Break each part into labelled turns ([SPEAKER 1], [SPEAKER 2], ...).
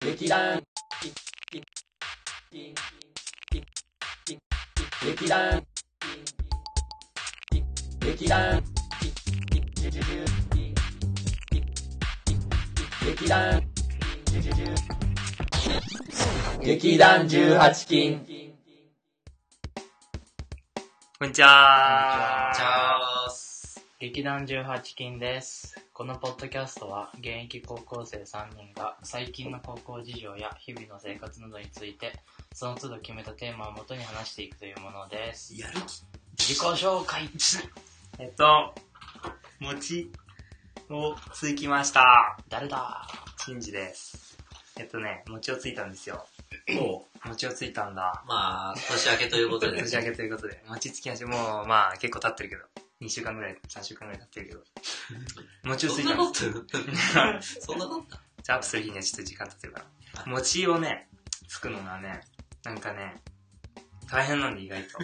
[SPEAKER 1] 劇団劇団劇団劇団劇団18金
[SPEAKER 2] こ
[SPEAKER 3] こん
[SPEAKER 2] んにちは。
[SPEAKER 3] にちは
[SPEAKER 2] 劇団18金です。このポッドキャストは現役高校生3人が最近の高校事情や日々の生活などについてその都度決めたテーマをもとに話していくというものです。
[SPEAKER 3] やる
[SPEAKER 2] 自己紹介
[SPEAKER 3] えっと、餅をつきました。
[SPEAKER 2] 誰だ
[SPEAKER 3] チンジです。えっとね、餅をついたんですよ。餅をついたんだ。
[SPEAKER 4] まあ、年明けということで。
[SPEAKER 3] 年明けということで、餅つきまして、もうまあ結構経ってるけど、2週間ぐらい、3週間ぐらい経ってるけ ど、餅をつ
[SPEAKER 4] そ
[SPEAKER 3] い
[SPEAKER 4] ん
[SPEAKER 3] た
[SPEAKER 4] なんこ
[SPEAKER 3] で
[SPEAKER 4] と
[SPEAKER 3] す
[SPEAKER 4] そんなことな
[SPEAKER 3] じゃあアップする日にはちょっと時間経ってるから。餅をね、つくのがね、なんかね、大変なんで意外 と。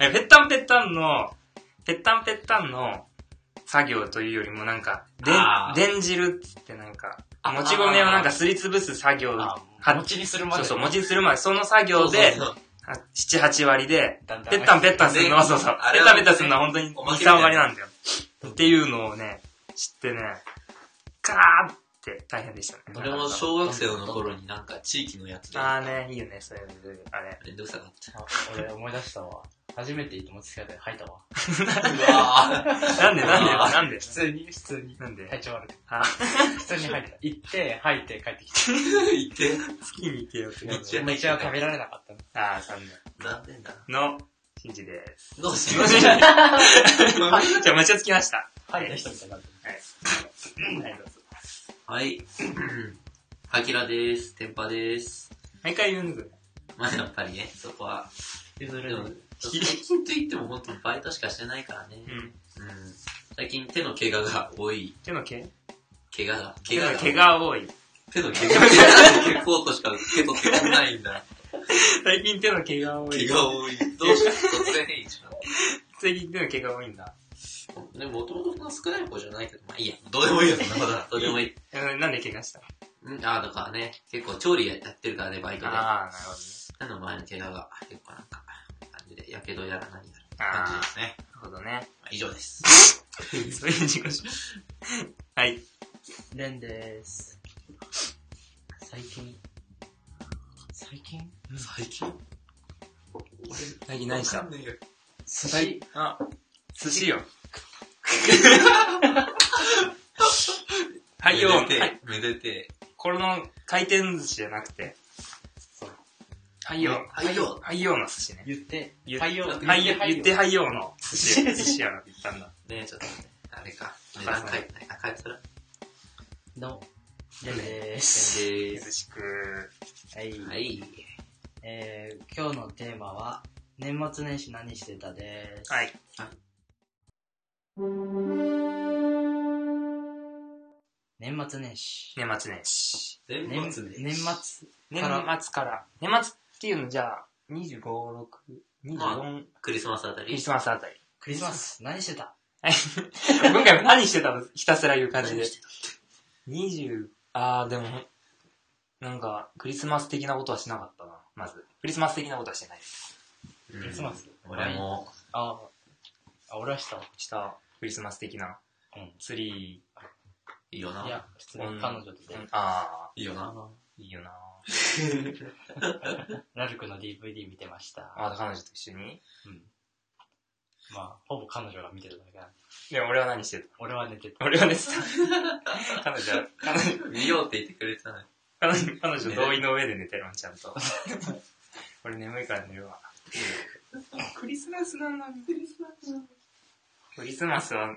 [SPEAKER 3] えぺったんぺったんの、ぺったんぺったんの作業というよりもなんか、で
[SPEAKER 4] あ、ー
[SPEAKER 3] 電汁っつってなんか、
[SPEAKER 4] あ
[SPEAKER 3] もち米をなんかすりつぶす作業、
[SPEAKER 2] あ、
[SPEAKER 3] は
[SPEAKER 2] 餅にするま
[SPEAKER 3] そう
[SPEAKER 2] で。
[SPEAKER 3] そう、餅にするまで、その作
[SPEAKER 4] そ
[SPEAKER 3] 業
[SPEAKER 4] うそう
[SPEAKER 3] で、
[SPEAKER 4] そう
[SPEAKER 3] あ7、8割で、
[SPEAKER 2] だんだん
[SPEAKER 3] ぺったんぺったんするのは、そうそう
[SPEAKER 4] あ。
[SPEAKER 3] ぺっ
[SPEAKER 4] れは
[SPEAKER 3] たんぺったんするのは本当に2、
[SPEAKER 4] おまけみたい
[SPEAKER 3] 3
[SPEAKER 4] な
[SPEAKER 3] 割なんだよ。っていうのをね、知ってね、ガーって大変でしたね。
[SPEAKER 4] 俺も小学生の頃になんか地域のやつで、
[SPEAKER 3] あ
[SPEAKER 4] あ
[SPEAKER 3] あね、いいよね、それ、あれ。
[SPEAKER 4] れどうしたかった。
[SPEAKER 2] あ俺思い出したわ。初めて行って餅つき方で吐いたわ。
[SPEAKER 4] うわ
[SPEAKER 3] なんでなんで
[SPEAKER 4] あー
[SPEAKER 3] なんで
[SPEAKER 2] 普通に、普通に。
[SPEAKER 3] なんで
[SPEAKER 2] 体調悪くて。
[SPEAKER 3] あ、
[SPEAKER 2] 普通に吐いた。行って、吐いて帰ってきた。
[SPEAKER 4] ぁ、言って。
[SPEAKER 3] 月に行けよって感じ
[SPEAKER 4] め
[SPEAKER 2] め
[SPEAKER 4] っ
[SPEAKER 2] っ
[SPEAKER 4] ち
[SPEAKER 2] ち
[SPEAKER 4] ゃ
[SPEAKER 2] ゃ
[SPEAKER 4] 食
[SPEAKER 2] 食
[SPEAKER 4] べ
[SPEAKER 2] べられなかったの。
[SPEAKER 3] ああ、残
[SPEAKER 4] なんでだ。
[SPEAKER 3] 念。の、しんじです。
[SPEAKER 4] どうしよう。
[SPEAKER 3] じゃあ、餅をつきました。
[SPEAKER 2] 吐いた人みたいになってる。
[SPEAKER 3] はい、どうぞ。
[SPEAKER 4] はい。はきらです。てんぱです。
[SPEAKER 3] 毎回言うんですよ
[SPEAKER 4] まあやっぱりね、そこは。
[SPEAKER 2] 譲
[SPEAKER 4] で
[SPEAKER 2] れ
[SPEAKER 4] も
[SPEAKER 2] る。、
[SPEAKER 4] 最近と言っても本当にバイトしかしてないからね。
[SPEAKER 3] うん。
[SPEAKER 4] うん。最近手の怪我が多い。
[SPEAKER 3] 手の毛
[SPEAKER 4] 怪我が。
[SPEAKER 3] 手
[SPEAKER 4] 怪
[SPEAKER 3] の
[SPEAKER 4] 我が。
[SPEAKER 3] 毛。が多い。
[SPEAKER 4] 手の怪我。手のコートしか手と手がないんだ。
[SPEAKER 3] 最近手の毛が多
[SPEAKER 4] 毛
[SPEAKER 3] い。
[SPEAKER 4] が多い。どうした突然変異しまっ
[SPEAKER 3] 最近手の毛が多いんだ。
[SPEAKER 4] た。ね、もともとそんな少ない方じゃないけど、まあいいや。どうでも いいよ、そんなことは。どうでもいい。
[SPEAKER 3] えなんで怪我した
[SPEAKER 4] うん、ああ、だからね、結構調理やってるからね、バイトで。あ
[SPEAKER 3] あー、なるほどね。
[SPEAKER 4] の前の怪我が、結構なんか、感じで、やけどやら何やら。感じ
[SPEAKER 3] あ
[SPEAKER 4] ですね。
[SPEAKER 3] あ、なるほどね。
[SPEAKER 4] まあ以上です。
[SPEAKER 3] そういう自己紹介。はい。
[SPEAKER 2] レンです。最近。最近
[SPEAKER 4] 最近
[SPEAKER 3] 最近何し
[SPEAKER 4] わ
[SPEAKER 3] た
[SPEAKER 4] かんねえよ
[SPEAKER 3] は
[SPEAKER 2] 寿司
[SPEAKER 3] いあ、寿司よ。 はいよ。
[SPEAKER 4] めで
[SPEAKER 3] は
[SPEAKER 4] て
[SPEAKER 3] い、
[SPEAKER 4] めでて。
[SPEAKER 3] これの回転寿司じゃなくて。はいよ。
[SPEAKER 4] はいよ。
[SPEAKER 3] はいよの寿司ね。
[SPEAKER 2] 言って、
[SPEAKER 3] 言っ
[SPEAKER 2] はいよ
[SPEAKER 3] はいよ、言って
[SPEAKER 2] は
[SPEAKER 3] はいよの寿 司よ。寿司屋の言ったんだ。
[SPEAKER 4] ねえ、ちょっと待って。あれか。値段書いてない。あ、書いてたら。
[SPEAKER 2] いの、レンで。
[SPEAKER 4] です
[SPEAKER 3] ゆ
[SPEAKER 4] ー
[SPEAKER 3] ずしく。
[SPEAKER 2] はい。
[SPEAKER 4] す。はい。
[SPEAKER 2] えー、今日のテーマは、年末年始何してたです。
[SPEAKER 3] はい。
[SPEAKER 2] 年末年始。
[SPEAKER 3] 年末年始。
[SPEAKER 4] 年
[SPEAKER 2] 年
[SPEAKER 4] 末ね。
[SPEAKER 2] 年末。
[SPEAKER 3] 年末から。年末っていうのじゃあ、25、6、24、
[SPEAKER 4] クリスマスあた
[SPEAKER 3] クリ
[SPEAKER 4] り。
[SPEAKER 3] スマスあたり。
[SPEAKER 2] クリスマス。何してた
[SPEAKER 3] 今回は何してたのひたすら言う感じで。20、あーでも、なんか、クリスマス的なことはしなかったな、まず。クリスマス的なことはしてないです。
[SPEAKER 4] ク
[SPEAKER 2] クリスマス
[SPEAKER 4] 俺も、
[SPEAKER 2] ああ、俺はしたわ。
[SPEAKER 3] した、クリスマス的な。
[SPEAKER 2] うん
[SPEAKER 3] ツリ
[SPEAKER 4] いいよ
[SPEAKER 2] い
[SPEAKER 4] な。
[SPEAKER 2] や、普通
[SPEAKER 3] ー。
[SPEAKER 2] に彼女と出
[SPEAKER 3] う
[SPEAKER 2] 会
[SPEAKER 3] んあ
[SPEAKER 4] いいよ
[SPEAKER 2] あ
[SPEAKER 4] な。
[SPEAKER 2] の、
[SPEAKER 3] ー、いいよな
[SPEAKER 2] ラルクの DVD 見てました。
[SPEAKER 3] あー、彼女と一緒に
[SPEAKER 2] うん。まあ、ほぼ彼女が見てるだけなんで
[SPEAKER 3] で、俺は何してた
[SPEAKER 2] 俺は寝てた。
[SPEAKER 3] 俺 は寝てた。彼女は、彼女、
[SPEAKER 4] 見ようって言ってくれてたのに。
[SPEAKER 3] 彼女、彼女同意の上で寝てるん、ちゃんと。俺眠いから寝るわ。クリスマスなのに、クリスマスなのクリスマスは、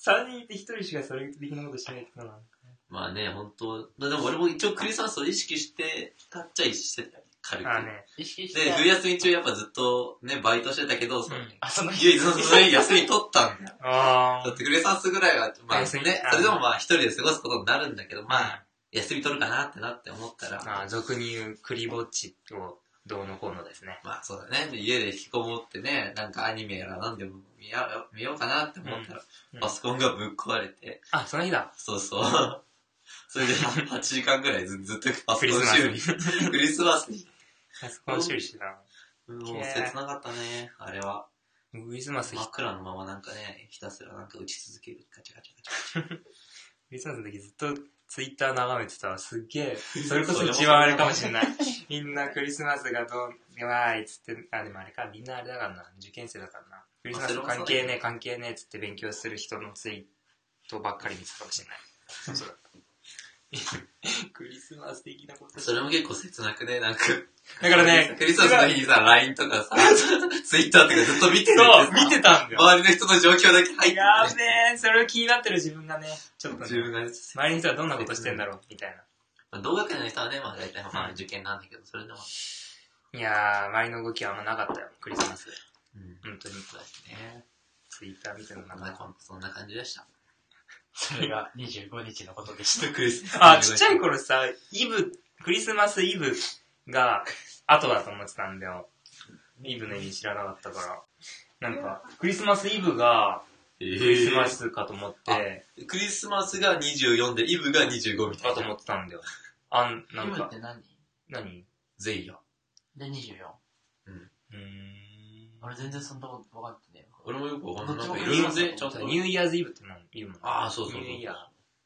[SPEAKER 3] 3人いて1人しかそれ的なことしないってことなの
[SPEAKER 4] まあね、本当まあでも俺も一応クリスマスを意識して、たっちゃいしてたよ。軽く。
[SPEAKER 3] あーね。
[SPEAKER 2] 意識して。
[SPEAKER 4] で、冬休み中やっぱずっとね、バイトしてたけど、その、
[SPEAKER 3] うん
[SPEAKER 2] あ、その日。
[SPEAKER 4] 唯一のそれ休み取ったんだよ。
[SPEAKER 3] あ
[SPEAKER 4] だってクリスマスぐらいは、まあね、
[SPEAKER 3] 休
[SPEAKER 4] そ
[SPEAKER 3] み
[SPEAKER 4] れ
[SPEAKER 3] あー
[SPEAKER 4] でもまあ一人で過ごすことになるんだけど、まあ、
[SPEAKER 3] あ。
[SPEAKER 4] 休み取るかなってなって思ったら、
[SPEAKER 3] ああ、俗に言う、クリぼっちをどうのこうのですね。
[SPEAKER 4] まあそうだね、家で引きこもってね、なんかアニメやら何でも見や見ようかなって思ったら、
[SPEAKER 3] うんうん
[SPEAKER 4] パソコンがぶっ壊れて、
[SPEAKER 3] あ、その日だ。
[SPEAKER 4] そうそう。それで8時間ぐらいずずっとパソ
[SPEAKER 3] クリ
[SPEAKER 4] コン
[SPEAKER 3] スマ
[SPEAKER 4] 修理。
[SPEAKER 3] スに。
[SPEAKER 4] クリスマスに。
[SPEAKER 3] パソコン修理してたな。
[SPEAKER 4] もう切なかったね、あれは。
[SPEAKER 3] クリスマス、
[SPEAKER 4] 真
[SPEAKER 3] ク
[SPEAKER 4] っ暗のままなんかね、ひたすらなんか打ち続ける。ガチャガチャガチ
[SPEAKER 3] リスマスの時ずっとツイッター眺めてた。すっげえ。それこそ一番あれかもしれ ない。みんなクリスマスがどう、わーいっつって、あ、でもあれか、みんなあれだからな。受験生だからな。クリスマス関係ねえ、関係ねえっつって勉強する人のツイートばっかり見てたかもしれない。そうそうだ。 クリスマス的なこと
[SPEAKER 4] ャ。それも結構切なくね、なんか。
[SPEAKER 3] だからね、
[SPEAKER 4] クリスマスの日にさ、LINE と かさ、Twitter とかずっと見てて
[SPEAKER 3] そう、見てたんだよ。
[SPEAKER 4] 周りの人の状況だけ入って
[SPEAKER 3] やべえ、それを気になってる自分がね、ちょっと
[SPEAKER 4] 自
[SPEAKER 3] ね、
[SPEAKER 4] 分がね、
[SPEAKER 3] 周りの人はどんなことしてんだろう、みたい
[SPEAKER 4] まあ、同学年の人はね、まあ大体まあ受験なんだけど、それでも。
[SPEAKER 3] な。いやー、周りの動きはあんまなかったよ、クリスマス。
[SPEAKER 4] うん。
[SPEAKER 3] 本当に。
[SPEAKER 4] そうですね。
[SPEAKER 3] ツイッター見てるの
[SPEAKER 4] そ
[SPEAKER 3] なんか
[SPEAKER 4] な
[SPEAKER 3] った。
[SPEAKER 4] そんな感じでした。
[SPEAKER 2] それが25日のことでした。
[SPEAKER 4] クリス
[SPEAKER 3] あ、ちっちゃい。頃さ、イブ、クリスマスイブが後だと思ってたんだよ。イブの意味知らなかったから。なんか、クリスマスイブが
[SPEAKER 4] え
[SPEAKER 3] クリスマ
[SPEAKER 4] ー、
[SPEAKER 3] スかと思って、
[SPEAKER 4] クリスマスが24で、イブが25みた
[SPEAKER 3] か
[SPEAKER 4] い
[SPEAKER 3] と
[SPEAKER 4] な。
[SPEAKER 3] 思ってたんだよ。あん、なん
[SPEAKER 2] 今っ
[SPEAKER 3] か、
[SPEAKER 2] て何
[SPEAKER 3] 何
[SPEAKER 4] ゼイよ。
[SPEAKER 2] で 24?
[SPEAKER 3] うー
[SPEAKER 2] 俺全然そんなこと分かってね
[SPEAKER 4] 俺もよくわかんない。
[SPEAKER 2] ど
[SPEAKER 4] な
[SPEAKER 2] っ
[SPEAKER 4] ん
[SPEAKER 2] ち
[SPEAKER 4] か
[SPEAKER 2] も
[SPEAKER 4] いろいろぜ、ちょっと
[SPEAKER 3] ん。。ニューイヤーズイブって何言うもん。
[SPEAKER 4] ああ、そうそうそう。
[SPEAKER 3] ニューイヤー。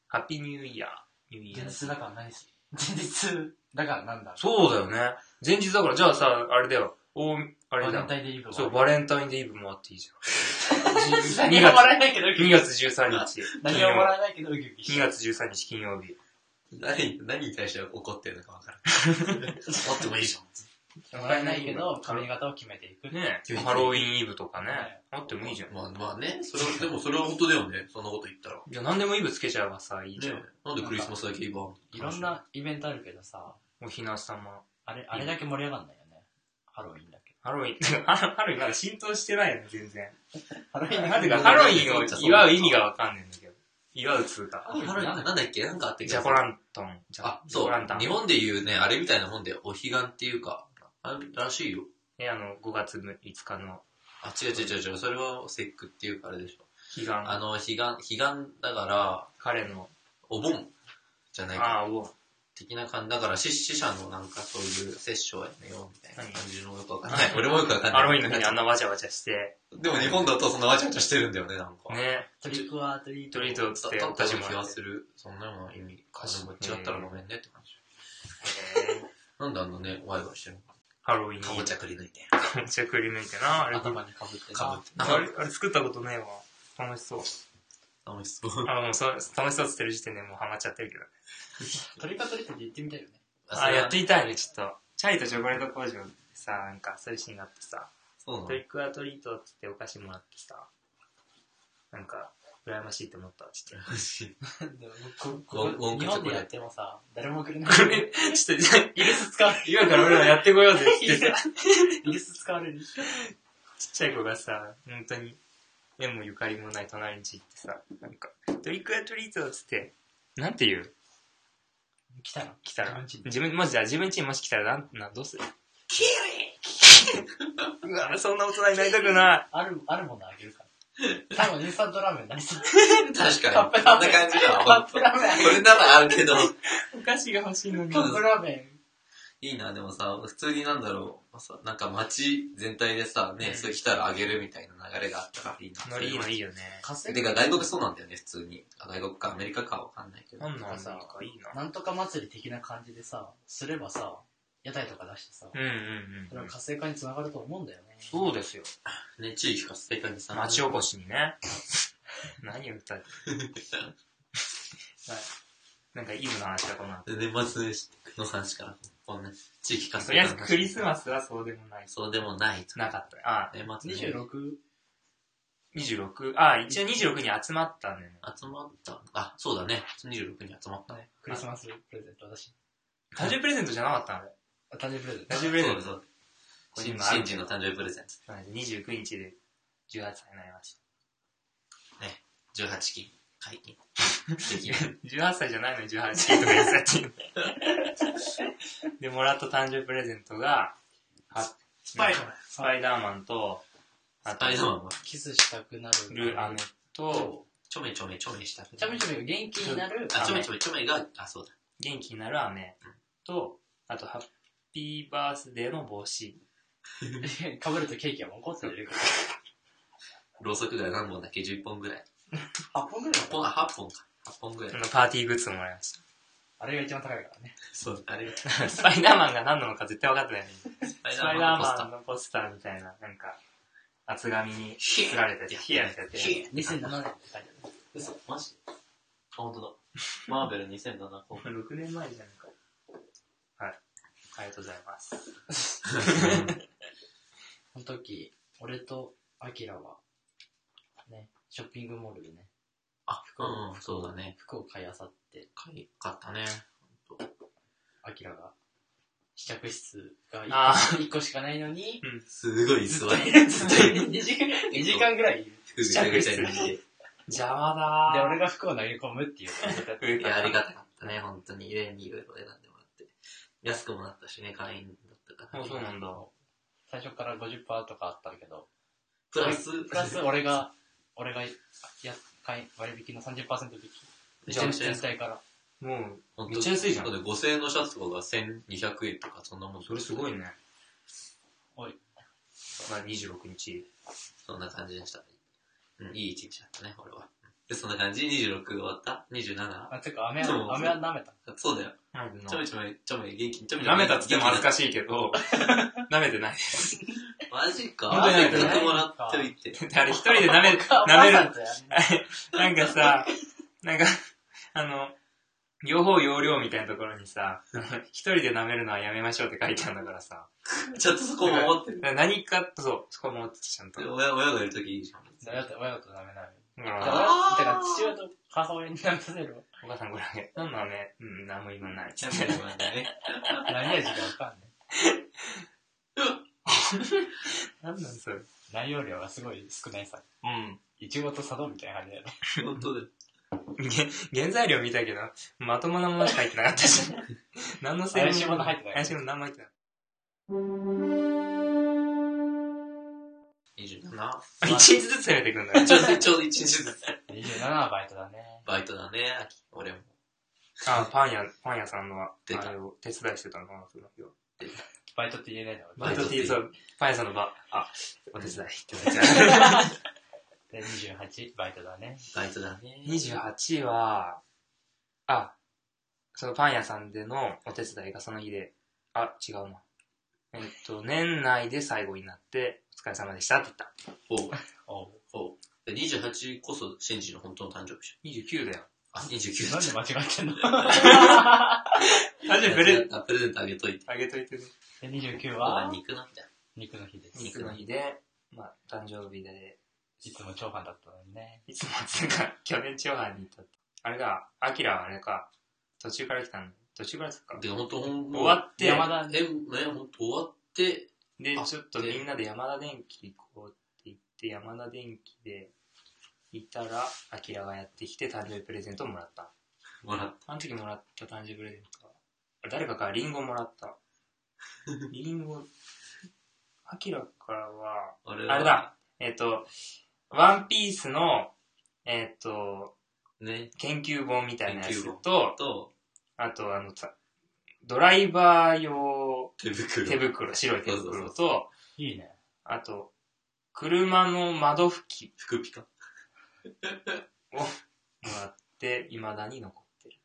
[SPEAKER 3] ハッピーニューイヤー。ニューイ
[SPEAKER 2] え
[SPEAKER 3] ヤ
[SPEAKER 2] 前
[SPEAKER 3] ー。
[SPEAKER 2] 日だから何す前日だからなんだ
[SPEAKER 3] そうだよね。前日だから、じゃあさ、あれだよ。おあれだ
[SPEAKER 2] バレン
[SPEAKER 3] よ
[SPEAKER 2] タインデーイブ
[SPEAKER 3] そう、バレンタインデーイブもあっていいじゃん。
[SPEAKER 2] 何ももらえないけど ウキ
[SPEAKER 3] 2
[SPEAKER 2] ウキ
[SPEAKER 3] 月13日。
[SPEAKER 2] 何ももらえないけどウキウキし
[SPEAKER 3] 金
[SPEAKER 2] て
[SPEAKER 3] 曜日2月13日金曜日。
[SPEAKER 4] 何、何に対して怒ってるのかわから ない。怒ってもいいじゃん。
[SPEAKER 2] もらえないけど髪型を決めていく
[SPEAKER 3] ね
[SPEAKER 4] 急に
[SPEAKER 3] ハロウィンイブとかね
[SPEAKER 2] ね。
[SPEAKER 3] あってもいいじゃん。
[SPEAKER 4] まあまあね、それは、でもそれは本当だよね、そんなこと言ったら。
[SPEAKER 3] いや、何でもイブつけちゃえばさ、いいじゃん。
[SPEAKER 4] ねなんでクリスマスだけ言えば
[SPEAKER 2] いろん。なイベントあるけどさ
[SPEAKER 3] おひなさま。
[SPEAKER 2] あれあれだけ盛り上がんないよねハロウィンだけ
[SPEAKER 3] ハロウィン、ハロウィンまだ浸透してないよね、全然。
[SPEAKER 2] ハロウ
[SPEAKER 3] なぜ
[SPEAKER 2] だ
[SPEAKER 3] か
[SPEAKER 2] け
[SPEAKER 3] ハロウィンを祝う意味がわかんないんだけど。祝うつう
[SPEAKER 4] あ
[SPEAKER 3] か。
[SPEAKER 4] ハロウィン、なんだっけなんかあって
[SPEAKER 3] ジャコランタン。ジャ
[SPEAKER 4] あ、
[SPEAKER 3] ジャ
[SPEAKER 4] そ
[SPEAKER 3] コランタ
[SPEAKER 4] う。
[SPEAKER 3] ン
[SPEAKER 4] 日。本で言うね、あれみたいなもんで、お彼岸っていうか、あれらしいよ。
[SPEAKER 3] ね、あの、5月5日の
[SPEAKER 4] あ、違う違う違う違う、それは節句っていうかあれでしょ。
[SPEAKER 3] 悲
[SPEAKER 4] あ
[SPEAKER 3] 願、
[SPEAKER 4] の、彼岸、彼岸だから、
[SPEAKER 3] 彼の、
[SPEAKER 4] お盆じゃないか。
[SPEAKER 3] ああ、おう
[SPEAKER 4] 的な感じ。だから、死死者のなんかそういう殺生やめようみたいな感じのよくわかんない。 俺もよくわかんな
[SPEAKER 3] ハ
[SPEAKER 4] い。
[SPEAKER 3] ロウィンの日にあんなわちゃわちゃして、
[SPEAKER 4] でも日本だとそんなわちゃわちゃしてるんだよね、なんか。
[SPEAKER 3] ね、
[SPEAKER 2] トリックはトリート
[SPEAKER 3] トリートつ
[SPEAKER 4] だ
[SPEAKER 3] って、
[SPEAKER 4] だった
[SPEAKER 3] 私
[SPEAKER 4] よう
[SPEAKER 3] も
[SPEAKER 4] な気
[SPEAKER 3] や
[SPEAKER 4] が
[SPEAKER 3] って
[SPEAKER 4] する。そんなような意味。歌詞も違ったらごめんねって感じ。
[SPEAKER 3] へー
[SPEAKER 4] なんであんなね、ワイワイしてるの
[SPEAKER 3] ハロウィンに、
[SPEAKER 4] かぼちゃくり抜いて。
[SPEAKER 3] めっちゃくり抜いてな、あれ。
[SPEAKER 2] 頭にかぶってな
[SPEAKER 4] かぶって。
[SPEAKER 3] あれ、あれ作ったことねえわ。楽しそう。
[SPEAKER 4] 楽しそう。
[SPEAKER 3] あ、もうそ楽しそうって言ってる時点でもうハマっちゃってるけどね。
[SPEAKER 2] トリカトリートって言ってみたいよね
[SPEAKER 3] あ、やって
[SPEAKER 4] い
[SPEAKER 3] みたいね、ちょっと。チャリとチョコレート工場でさ、なんかそういうシーンがあってさ、
[SPEAKER 4] そうな
[SPEAKER 3] トリックアトリートって言ってお菓子もらってさ、なんか、羨ましいって思った、ちょっ
[SPEAKER 4] の
[SPEAKER 2] でもこ
[SPEAKER 4] ゴンゴン
[SPEAKER 2] こ日
[SPEAKER 4] カチョ
[SPEAKER 2] 本
[SPEAKER 4] コ
[SPEAKER 2] で
[SPEAKER 4] レ
[SPEAKER 2] や
[SPEAKER 4] ー
[SPEAKER 2] ってもさ、誰もくれない。
[SPEAKER 3] と。これ、ちょっと、じゃあイルス使う。今から俺らやってこようぜって言ってさ、
[SPEAKER 2] イギス使われる。
[SPEAKER 3] ちっちゃい子がさ、本当に、縁もゆかりもない隣に行ってさ、なんか、トリックアトリートっつって、なんて言う
[SPEAKER 2] 来たの
[SPEAKER 3] 来たら、
[SPEAKER 2] 自分
[SPEAKER 3] 自分、もしじゃあ自分ちにもし来たら、なん、なん、どうするキウイうわ、そんな大人になりたくない。
[SPEAKER 2] ある、あるものあげるから。多分インスタントラーメンになりそう。
[SPEAKER 4] 確かに。
[SPEAKER 2] カッ
[SPEAKER 4] こん
[SPEAKER 2] プ
[SPEAKER 4] な
[SPEAKER 2] ラーメン
[SPEAKER 4] 感じだ
[SPEAKER 2] カ
[SPEAKER 4] わ
[SPEAKER 2] ッ。プラーメン
[SPEAKER 4] これならあるけど。
[SPEAKER 3] お菓子が欲しいのに
[SPEAKER 2] カップラーメ
[SPEAKER 4] いいな、でもさ、普通になんだろう。さなんか街全体でさ、
[SPEAKER 3] う
[SPEAKER 4] ね、
[SPEAKER 3] ん
[SPEAKER 4] それ来たらあげるみたいな流れがあったからいいな。
[SPEAKER 3] ノリいいのいいよね。
[SPEAKER 2] ン。稼
[SPEAKER 4] て
[SPEAKER 2] ぐ
[SPEAKER 4] か外国そうなんだよね、普通に。あ外国かアメリカかわかんないけど。
[SPEAKER 3] なんなん
[SPEAKER 2] んだ
[SPEAKER 3] だかいいな。
[SPEAKER 2] なんとか祭り的な感じでさ、すればさ、屋台とか出してさ、
[SPEAKER 3] うん
[SPEAKER 2] そ
[SPEAKER 3] うん
[SPEAKER 2] れ
[SPEAKER 3] う
[SPEAKER 2] は
[SPEAKER 3] ん。
[SPEAKER 2] 活性化につながると思うんだよね。
[SPEAKER 3] そうですよ。
[SPEAKER 4] ね、地域活性化にさ。
[SPEAKER 3] 町おこしに ね。何を歌 って。なんかイブの話だ、この後。
[SPEAKER 4] で年末の話から、こんな地域活
[SPEAKER 3] と
[SPEAKER 4] 性
[SPEAKER 3] りあ
[SPEAKER 4] 化
[SPEAKER 3] え
[SPEAKER 4] の
[SPEAKER 3] ず
[SPEAKER 4] 話。
[SPEAKER 3] クリスマスはそうでもない。
[SPEAKER 4] そうでもないと。
[SPEAKER 3] なかった。あ、
[SPEAKER 4] 年末ね
[SPEAKER 2] 26?
[SPEAKER 3] 26。あ、一応26に集まったんだよね。
[SPEAKER 4] 集まった。あ、そうだね。26に集まった。
[SPEAKER 2] ね、クリスマスプレゼント私。
[SPEAKER 3] 誕生日プレゼントじゃなかったの
[SPEAKER 2] あ誕生日プレゼント
[SPEAKER 3] 誕。生日プレゼン
[SPEAKER 4] そう
[SPEAKER 3] ト。
[SPEAKER 4] そう。
[SPEAKER 3] これ
[SPEAKER 4] 新
[SPEAKER 3] 今ある
[SPEAKER 4] 新人の誕生日プレゼン
[SPEAKER 3] なんで29日で18歳になりまし
[SPEAKER 4] ト。18金。解禁。できる
[SPEAKER 3] た。18歳じゃないのに18歳とか言ってたっていうで、もらった誕生日プレゼントが、はス
[SPEAKER 2] パイダーマン
[SPEAKER 3] スパイダーマンと、あ
[SPEAKER 4] スパイダーマンは
[SPEAKER 2] キスしたくな
[SPEAKER 3] ル
[SPEAKER 2] る。
[SPEAKER 3] アメと、
[SPEAKER 4] チちょめちょめちょめした。
[SPEAKER 2] ちょめちょめが元気になる
[SPEAKER 4] あ、ちょめ
[SPEAKER 2] 雨
[SPEAKER 4] ちょめちょめが、あ、そうだ。
[SPEAKER 3] 元気になる飴と、あと、ハッピーバースデーの帽子。
[SPEAKER 2] かぶるとケーキはもう怒って出るか
[SPEAKER 4] ろうそくが何本だっけ ?11 本ぐらい。
[SPEAKER 2] ら。8本ぐらい
[SPEAKER 4] 8本、あ、8本か。8本ぐらい。
[SPEAKER 3] パーティーグッズもらいまし
[SPEAKER 2] あれが一番高いからね。
[SPEAKER 4] そう、あれ、ス
[SPEAKER 3] た。スパイダーマンが何なのか絶対分かってないね。
[SPEAKER 4] パイ
[SPEAKER 3] ス
[SPEAKER 4] ダ
[SPEAKER 3] パイ
[SPEAKER 4] ー
[SPEAKER 3] ダ
[SPEAKER 4] マ
[SPEAKER 3] ー
[SPEAKER 4] ンのポスタ
[SPEAKER 3] マン
[SPEAKER 4] ー。
[SPEAKER 3] のポスターみたいな、なんか、厚紙に
[SPEAKER 4] ヒ
[SPEAKER 3] 作られてて、ヒヤヒヤしてて。
[SPEAKER 4] ヒ
[SPEAKER 2] 2007年って書いてある。
[SPEAKER 4] 嘘、マジあ、ほ んとだ。マーベル2007公開。
[SPEAKER 3] 6年前じゃんか。はい。ありがとうございます。
[SPEAKER 2] その時、俺とアキラは、ね、ショッピングモールでね、
[SPEAKER 4] あ、うん、そうだね。
[SPEAKER 2] 服を買いあさって、
[SPEAKER 4] かいかったね。
[SPEAKER 2] アキラが、試着室
[SPEAKER 3] あ
[SPEAKER 2] が1個し かないのに、
[SPEAKER 4] すごい座 り。
[SPEAKER 2] 2時間、2時 間ぐらいいる。
[SPEAKER 4] ぐちゃぐちゃにして。
[SPEAKER 3] 邪魔だー。
[SPEAKER 2] で、俺が服を投げ込むっていう。
[SPEAKER 4] いや、ありがたかったね、本当に。例にいろいろ選んでもらって。安くもなったしね、会員だったから。
[SPEAKER 3] あそうなんだ。
[SPEAKER 2] 最初から50%とかあったけど、
[SPEAKER 4] プラス、
[SPEAKER 2] プラ ス俺が、俺がや買い割引の30%引き。
[SPEAKER 4] めちゃめちゃ
[SPEAKER 2] 全
[SPEAKER 4] 安い。
[SPEAKER 2] 体から。
[SPEAKER 3] もう、
[SPEAKER 4] 本当
[SPEAKER 3] めっちゃ安いじゃん
[SPEAKER 4] だって5000円のシャツとかが1200円とか、そんなもん。
[SPEAKER 3] それすごい。ね。
[SPEAKER 2] おい。
[SPEAKER 3] まあ、26日。
[SPEAKER 4] そんな感じでした。うん、いい一日だったね、俺は。で、そんな感じ、26終わった ?27?
[SPEAKER 2] あ、てか、飴
[SPEAKER 4] そう
[SPEAKER 2] は、飴は舐めた。
[SPEAKER 4] そうだよ。ちょ
[SPEAKER 3] 舐
[SPEAKER 4] めちょめ、ちょめ、元気、ちょめちょめ。
[SPEAKER 3] めたっつっても恥ずか
[SPEAKER 4] しい。
[SPEAKER 3] しいけ ど、舐めてないです。
[SPEAKER 4] マジか。
[SPEAKER 3] 舐めて
[SPEAKER 4] や
[SPEAKER 3] ない
[SPEAKER 4] ってもらっておいて。
[SPEAKER 3] あれ一人で舐め、舐
[SPEAKER 2] 舐
[SPEAKER 3] め
[SPEAKER 2] め
[SPEAKER 3] る
[SPEAKER 2] る。んだ よね。
[SPEAKER 3] なんかさ、なんか、あの、両方容量みたいなところにさ、一人で舐めるのはやめましょうって書いてあるんだからさ。
[SPEAKER 4] ちょっとそこも思ってる。
[SPEAKER 3] だから何か、そう、そこもちゃんと。だか
[SPEAKER 4] 親親がいるときいいじゃん。
[SPEAKER 2] 親と、親と舐めない。だか
[SPEAKER 3] ら
[SPEAKER 4] あー
[SPEAKER 2] ら、だから父親と母親に舐めさせる。
[SPEAKER 3] お母さんこれあげたのはね、うん、何も今ない。
[SPEAKER 4] ちゃんと言わない ね。
[SPEAKER 2] 何味かわかんない。
[SPEAKER 3] なんなんそれ。
[SPEAKER 2] 内容量がすごい少ないさ。
[SPEAKER 3] うん。
[SPEAKER 2] いちごと砂糖みたいな感じだよね。
[SPEAKER 4] 本当だよ。
[SPEAKER 3] げ原材料見たけど、まともなものしか入ってなかった し。何の成分
[SPEAKER 2] 怪しいもの入ってない
[SPEAKER 3] 怪しいもの何も入ってない。
[SPEAKER 4] 27?
[SPEAKER 3] 一日ずつ攻めていくんだ よ。
[SPEAKER 4] ちょうど、ちょうど1日ずつ。
[SPEAKER 2] 27はバイトだね。
[SPEAKER 4] バイトだね、俺も。
[SPEAKER 3] あ、パン屋、パン屋さんの、あ
[SPEAKER 4] 出た
[SPEAKER 3] れを手伝いしてたのかな、その日は。
[SPEAKER 2] バイトって言えないの。
[SPEAKER 4] バ
[SPEAKER 3] バ
[SPEAKER 4] イ
[SPEAKER 3] イ
[SPEAKER 4] ト
[SPEAKER 3] ト
[SPEAKER 4] っ
[SPEAKER 3] ってて
[SPEAKER 4] 言う
[SPEAKER 3] そう、パン屋さんの場、あ、お手伝いって言っちゃう。
[SPEAKER 2] で、28、バイトだね。
[SPEAKER 4] バイ トだね。
[SPEAKER 3] 28は、あ、そのパン屋さんでのお手伝いがその日で、あ、違うな。えっと、年内で最後になって、お疲れ様でしたって言った。
[SPEAKER 4] おう
[SPEAKER 2] おう。
[SPEAKER 4] おうで28こそ、シンジの本当の誕生日じ
[SPEAKER 3] 29だよ。
[SPEAKER 4] ゃん。あ、29
[SPEAKER 2] な
[SPEAKER 4] だ
[SPEAKER 2] ん
[SPEAKER 4] っ
[SPEAKER 2] で間違ってんの
[SPEAKER 3] 誕生日プレゼント
[SPEAKER 4] た。あ、プレゼントあげといて。
[SPEAKER 3] あげといてね。
[SPEAKER 2] で、29
[SPEAKER 4] あ
[SPEAKER 2] は、
[SPEAKER 4] 肉なんだよ。
[SPEAKER 2] 肉の日です。
[SPEAKER 3] 肉の日で、まあ、誕生日で、
[SPEAKER 2] いつも長飯だったのにね。
[SPEAKER 3] いつもつうか、去年長飯に行ったって。あれだ、アキラはあれか、途中から来たん途中からですか。
[SPEAKER 4] で、本当ほん
[SPEAKER 3] 終わって、
[SPEAKER 2] 山田
[SPEAKER 4] え、ね、本当終わって、
[SPEAKER 3] で
[SPEAKER 4] あ、
[SPEAKER 3] ちょっとみんなで山田電機行こうって言って、山田電機で行ったら、アキラがやってきて誕生日プレゼントをもらった。
[SPEAKER 4] もらっ
[SPEAKER 3] あの時もらった誕生日プレゼントが、誰かからリンゴもらった。リンゴ、アキラからは、
[SPEAKER 4] た。あれ
[SPEAKER 3] あれだ、えっ、と、ワンピースの、えっ、と、
[SPEAKER 4] ね、
[SPEAKER 3] 研究本みたいなや
[SPEAKER 4] 研究
[SPEAKER 3] つ
[SPEAKER 4] 本
[SPEAKER 3] と、
[SPEAKER 4] と、
[SPEAKER 3] あとあの、さドライバー用
[SPEAKER 4] 手袋。
[SPEAKER 3] 手袋、白い手
[SPEAKER 4] そうそう
[SPEAKER 3] 袋
[SPEAKER 4] そう
[SPEAKER 3] と、
[SPEAKER 2] いいね。
[SPEAKER 3] あと、車の窓拭き
[SPEAKER 4] 服ピカ。
[SPEAKER 3] をもらって、未だに残ってる。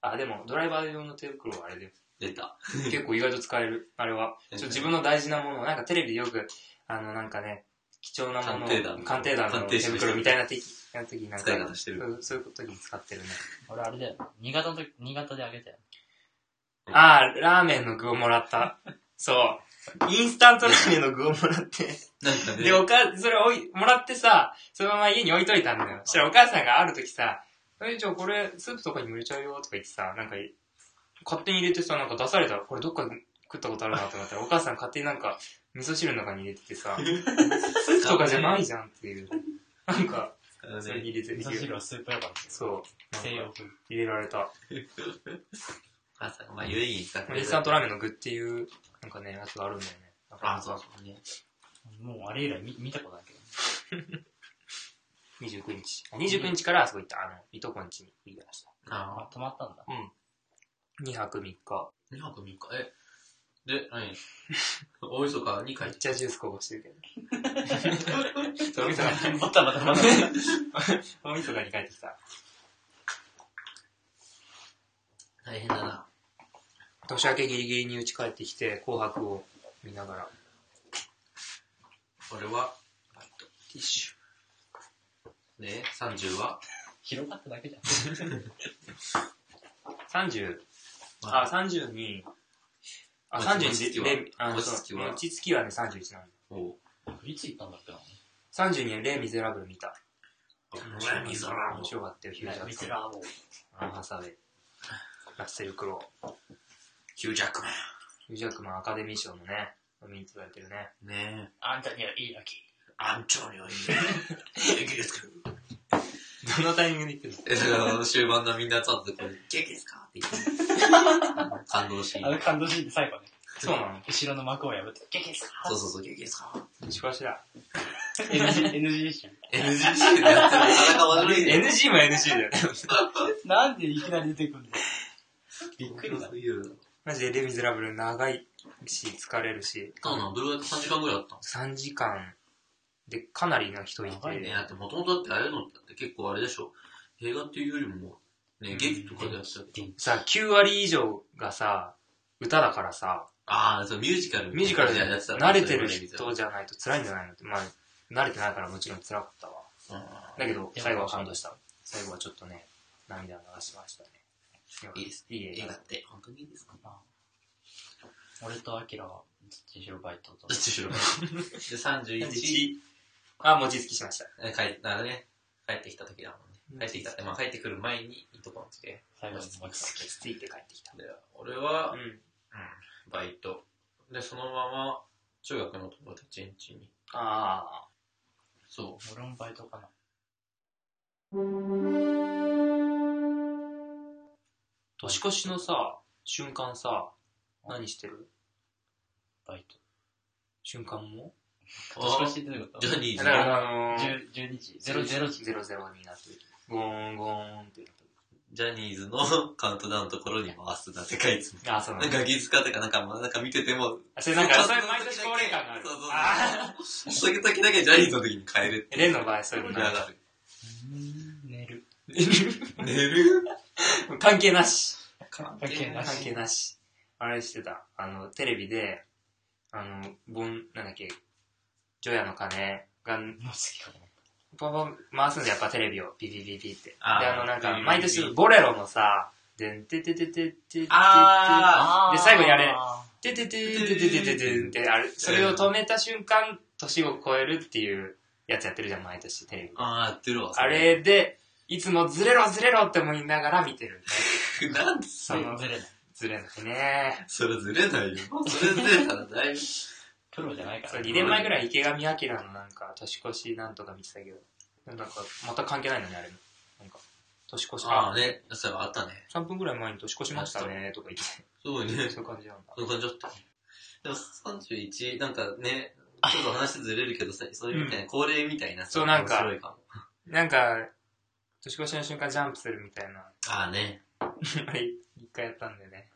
[SPEAKER 3] あ、でも、ドライバー用の手袋はあれで、
[SPEAKER 4] 出た。
[SPEAKER 3] 結構意外と使える、あれは。ちょっと自分の大事なものを、なんかテレビでよく、あの、なんかね、貴重なものを
[SPEAKER 4] 鑑定団の
[SPEAKER 3] 鑑定団の
[SPEAKER 4] 鑑
[SPEAKER 3] 手
[SPEAKER 4] 定士の人
[SPEAKER 3] 袋みたいな時、な時になんか、
[SPEAKER 4] 使い方してる
[SPEAKER 3] そうそういう時に使ってるね。
[SPEAKER 2] 俺あれだよ。新潟の時、新潟であげたよ。
[SPEAKER 3] あー、ラーメンの具をもらった。そう。インスタントラーメンの具をもらって。
[SPEAKER 4] なんかね
[SPEAKER 3] で、、おか、それおい、もらってさ、そのまま家に置いといたんだよ。そしたらお母さんがある時さ、え、じゃあこれ、スープとかにも入れちゃうよとか言ってさ、なんか、勝手に入れてさ、なんか出されたら、これどっかで食ったことあるなと思ったら、お母さん勝手になんか、味噌汁の中に入れててさ、スープとかじゃないじゃんっていう。なんか、
[SPEAKER 4] あのね
[SPEAKER 3] それに入れて
[SPEAKER 2] 味噌汁はスープヨガです
[SPEAKER 3] そ
[SPEAKER 2] よ。
[SPEAKER 3] う。なんか
[SPEAKER 2] 西洋風。
[SPEAKER 3] 入れられた。
[SPEAKER 4] お母さんが、まあ、有意義に使って
[SPEAKER 3] インスタントラーメンの具っていう、なんかね、やつがあるんだよね。
[SPEAKER 4] あ、そうそうね。
[SPEAKER 2] もうあれ以来見見たことないけど。
[SPEAKER 3] 29日。あ29日からあそこ行った。あの、いとこんちに行きました。
[SPEAKER 4] あ
[SPEAKER 2] あ、止まった んだ。
[SPEAKER 3] 2泊3日。
[SPEAKER 4] あ、2泊3日。え、で、何 大晦日に帰
[SPEAKER 3] め
[SPEAKER 4] っ。
[SPEAKER 3] ってちゃジュースこぼしてるけ ど。大晦日に、
[SPEAKER 2] バタバタバタ。
[SPEAKER 3] 大晦日に帰ってきた。
[SPEAKER 4] 大変だな。
[SPEAKER 3] 年明けギリギリに家帰ってきて、紅白を見ながら。
[SPEAKER 4] 俺は、
[SPEAKER 3] バイトティッシュ。
[SPEAKER 4] で、30は、
[SPEAKER 2] 広がっただけじゃん。
[SPEAKER 3] 30、
[SPEAKER 4] ま
[SPEAKER 3] あ、30に、あ、
[SPEAKER 4] 餅
[SPEAKER 3] 31
[SPEAKER 4] つきは
[SPEAKER 3] レミあの、
[SPEAKER 4] 餅
[SPEAKER 3] そう
[SPEAKER 4] つきは
[SPEAKER 3] 餅つきはね、31なの。
[SPEAKER 4] おう。
[SPEAKER 2] いつ行ったんだっけな。
[SPEAKER 3] 32年、レ・ミゼラブル見た。
[SPEAKER 4] 俺ミザラ
[SPEAKER 3] 面白かったよ、ヒュージャック
[SPEAKER 2] ミスラーを。
[SPEAKER 3] マン。アンハサウェイ。ラッセル・クロウ。
[SPEAKER 4] ヒュージャックマ
[SPEAKER 3] ヒュージャックマンアカデミー賞のね、ノミネートされてるね。
[SPEAKER 4] ン。ねえ。
[SPEAKER 2] あんたにはいいわけ。
[SPEAKER 4] アンチョニオいいね。元気ですか
[SPEAKER 3] どのタイミングで言ってるの
[SPEAKER 4] え、だからあの終盤のみんな集まった時に、元気ですかって言って。感動シ
[SPEAKER 2] あ
[SPEAKER 4] ー
[SPEAKER 2] の
[SPEAKER 4] ン。
[SPEAKER 2] 感動シーンで最後ね、
[SPEAKER 3] そうな
[SPEAKER 2] 後ろの幕を破って、ゲゲですか
[SPEAKER 4] そうそうそう、元気ですか
[SPEAKER 3] の石橋だ。
[SPEAKER 2] NG NG でし
[SPEAKER 4] ?NG シーンでやってる裸悪いね。
[SPEAKER 3] NG も NG だよね。
[SPEAKER 2] ょ。なんでいきなり出てくるんだよ。びっくりだ。
[SPEAKER 3] マジでレ・ミゼラブル長いし、疲れるし、
[SPEAKER 4] そうなの、どれぐらい3時間ぐらいあったの
[SPEAKER 3] 3時間でかなりな人いて、
[SPEAKER 2] 長い
[SPEAKER 4] ね、だってもともとだってああいうのって結構あれでしょ映画っていうよりもね劇とかでやってたけど
[SPEAKER 3] さ、9割以上がさ、歌だからさ、
[SPEAKER 4] ああそうミュージカル
[SPEAKER 3] ミュージカルで
[SPEAKER 4] やってた
[SPEAKER 3] 慣れてる人じゃないと辛いんじゃないのって、まあ、慣れてないからもちろん辛かったわ。だけど、
[SPEAKER 2] でも
[SPEAKER 3] 最後は感動した。最後はちょっとね、涙を流しましたね。
[SPEAKER 4] いいです
[SPEAKER 3] いい映
[SPEAKER 4] 映画
[SPEAKER 3] 画。
[SPEAKER 4] って本当にいいですか
[SPEAKER 2] 俺とアキラは、どっちにしろバイトと
[SPEAKER 4] どっ。ちしろ で31
[SPEAKER 3] 1あ、餅つきしました。
[SPEAKER 4] え帰あれね帰ってきた時だもんね帰ってきたってまあ帰ってくる前にいいとこに来て
[SPEAKER 2] 最後の幕
[SPEAKER 3] 餅つきついて帰ってきた。
[SPEAKER 4] で俺は、
[SPEAKER 3] ん。
[SPEAKER 4] うんバイトでそのまま中学の友達ん家に
[SPEAKER 3] あ
[SPEAKER 4] そ
[SPEAKER 2] 俺もバイトかな。
[SPEAKER 3] ー年越しのさ、瞬間さ、何してる
[SPEAKER 2] バイト。
[SPEAKER 3] 瞬間も
[SPEAKER 4] う
[SPEAKER 2] 年越しってどういうこ
[SPEAKER 4] ジ
[SPEAKER 2] と
[SPEAKER 4] ャニーズ
[SPEAKER 3] だから、あのー、
[SPEAKER 2] 10 ?12 時。00時。
[SPEAKER 3] ゼロゼロになってる。ゴーンゴーンってなって
[SPEAKER 4] ジャニーズの カウントダウンのところに回すな世界一
[SPEAKER 3] る。あ、そう
[SPEAKER 4] なん
[SPEAKER 3] だ。
[SPEAKER 4] か、ギツカとか、なんか、まあなんか見てても、
[SPEAKER 3] それなんか、それ毎年恒例感がある。
[SPEAKER 4] そうそうそう
[SPEAKER 3] あ
[SPEAKER 4] そういう時だけジャニーズの時に変えるっ
[SPEAKER 3] ー
[SPEAKER 4] て。
[SPEAKER 3] レンの場合、そういう
[SPEAKER 4] 盛
[SPEAKER 3] の
[SPEAKER 4] り上
[SPEAKER 3] ない
[SPEAKER 4] がる。
[SPEAKER 2] うーん寝る。
[SPEAKER 4] 寝る
[SPEAKER 3] 関係なし。
[SPEAKER 4] 関
[SPEAKER 2] 係係な
[SPEAKER 3] 関
[SPEAKER 2] し
[SPEAKER 3] 係なし。あれしてた。あの、テレビで、あの、ボン、なんだっけ、ジョヤの鐘が、
[SPEAKER 2] もうすぐ
[SPEAKER 3] ポンポン回すんで、やっぱテレビを、ビビビビって。で、
[SPEAKER 4] あー
[SPEAKER 3] あの、なんか
[SPEAKER 4] ビ、ビビビ
[SPEAKER 3] 毎年、ボレロのさ、でんててててててて、
[SPEAKER 4] あ
[SPEAKER 3] で最後にあれ
[SPEAKER 2] あ
[SPEAKER 3] ててててててててて、あれ、それを止めた瞬間、年を超えるっていうやつやってるじゃん、毎年テレビ。
[SPEAKER 4] あー、やってるわ。そ
[SPEAKER 3] あれで、いつもずれろずれろって思いながら見てる、ね。
[SPEAKER 4] なんで
[SPEAKER 3] そ
[SPEAKER 2] ー
[SPEAKER 3] の
[SPEAKER 2] ずれない。
[SPEAKER 3] ずれないね。
[SPEAKER 4] それずれないよ。それずれたらだいぶ。
[SPEAKER 2] プロじゃないか
[SPEAKER 3] そう、
[SPEAKER 2] ら。
[SPEAKER 3] 2年前ぐらい池上彰のなんか、年越しなんとか見てたけど、なんか、また関係ないのね、あれも。なんか、年越し、
[SPEAKER 4] あ
[SPEAKER 3] あ
[SPEAKER 4] あ、ね。そういえばあったね。
[SPEAKER 3] 3分ぐらい前に年越しましたね、とか言って、
[SPEAKER 4] すごいね。
[SPEAKER 3] そういう感じなんだ。
[SPEAKER 4] その感じだったね。でも、31、なんかね、ちょっと話ずれるけどさ、そういうみたいな、恒例みたいなさ
[SPEAKER 3] そうなんか
[SPEAKER 4] 面白いかも。
[SPEAKER 3] なんか、年越しの瞬間ジャンプするみたいな、
[SPEAKER 4] ああね。
[SPEAKER 3] あれ、一回やったんだよね。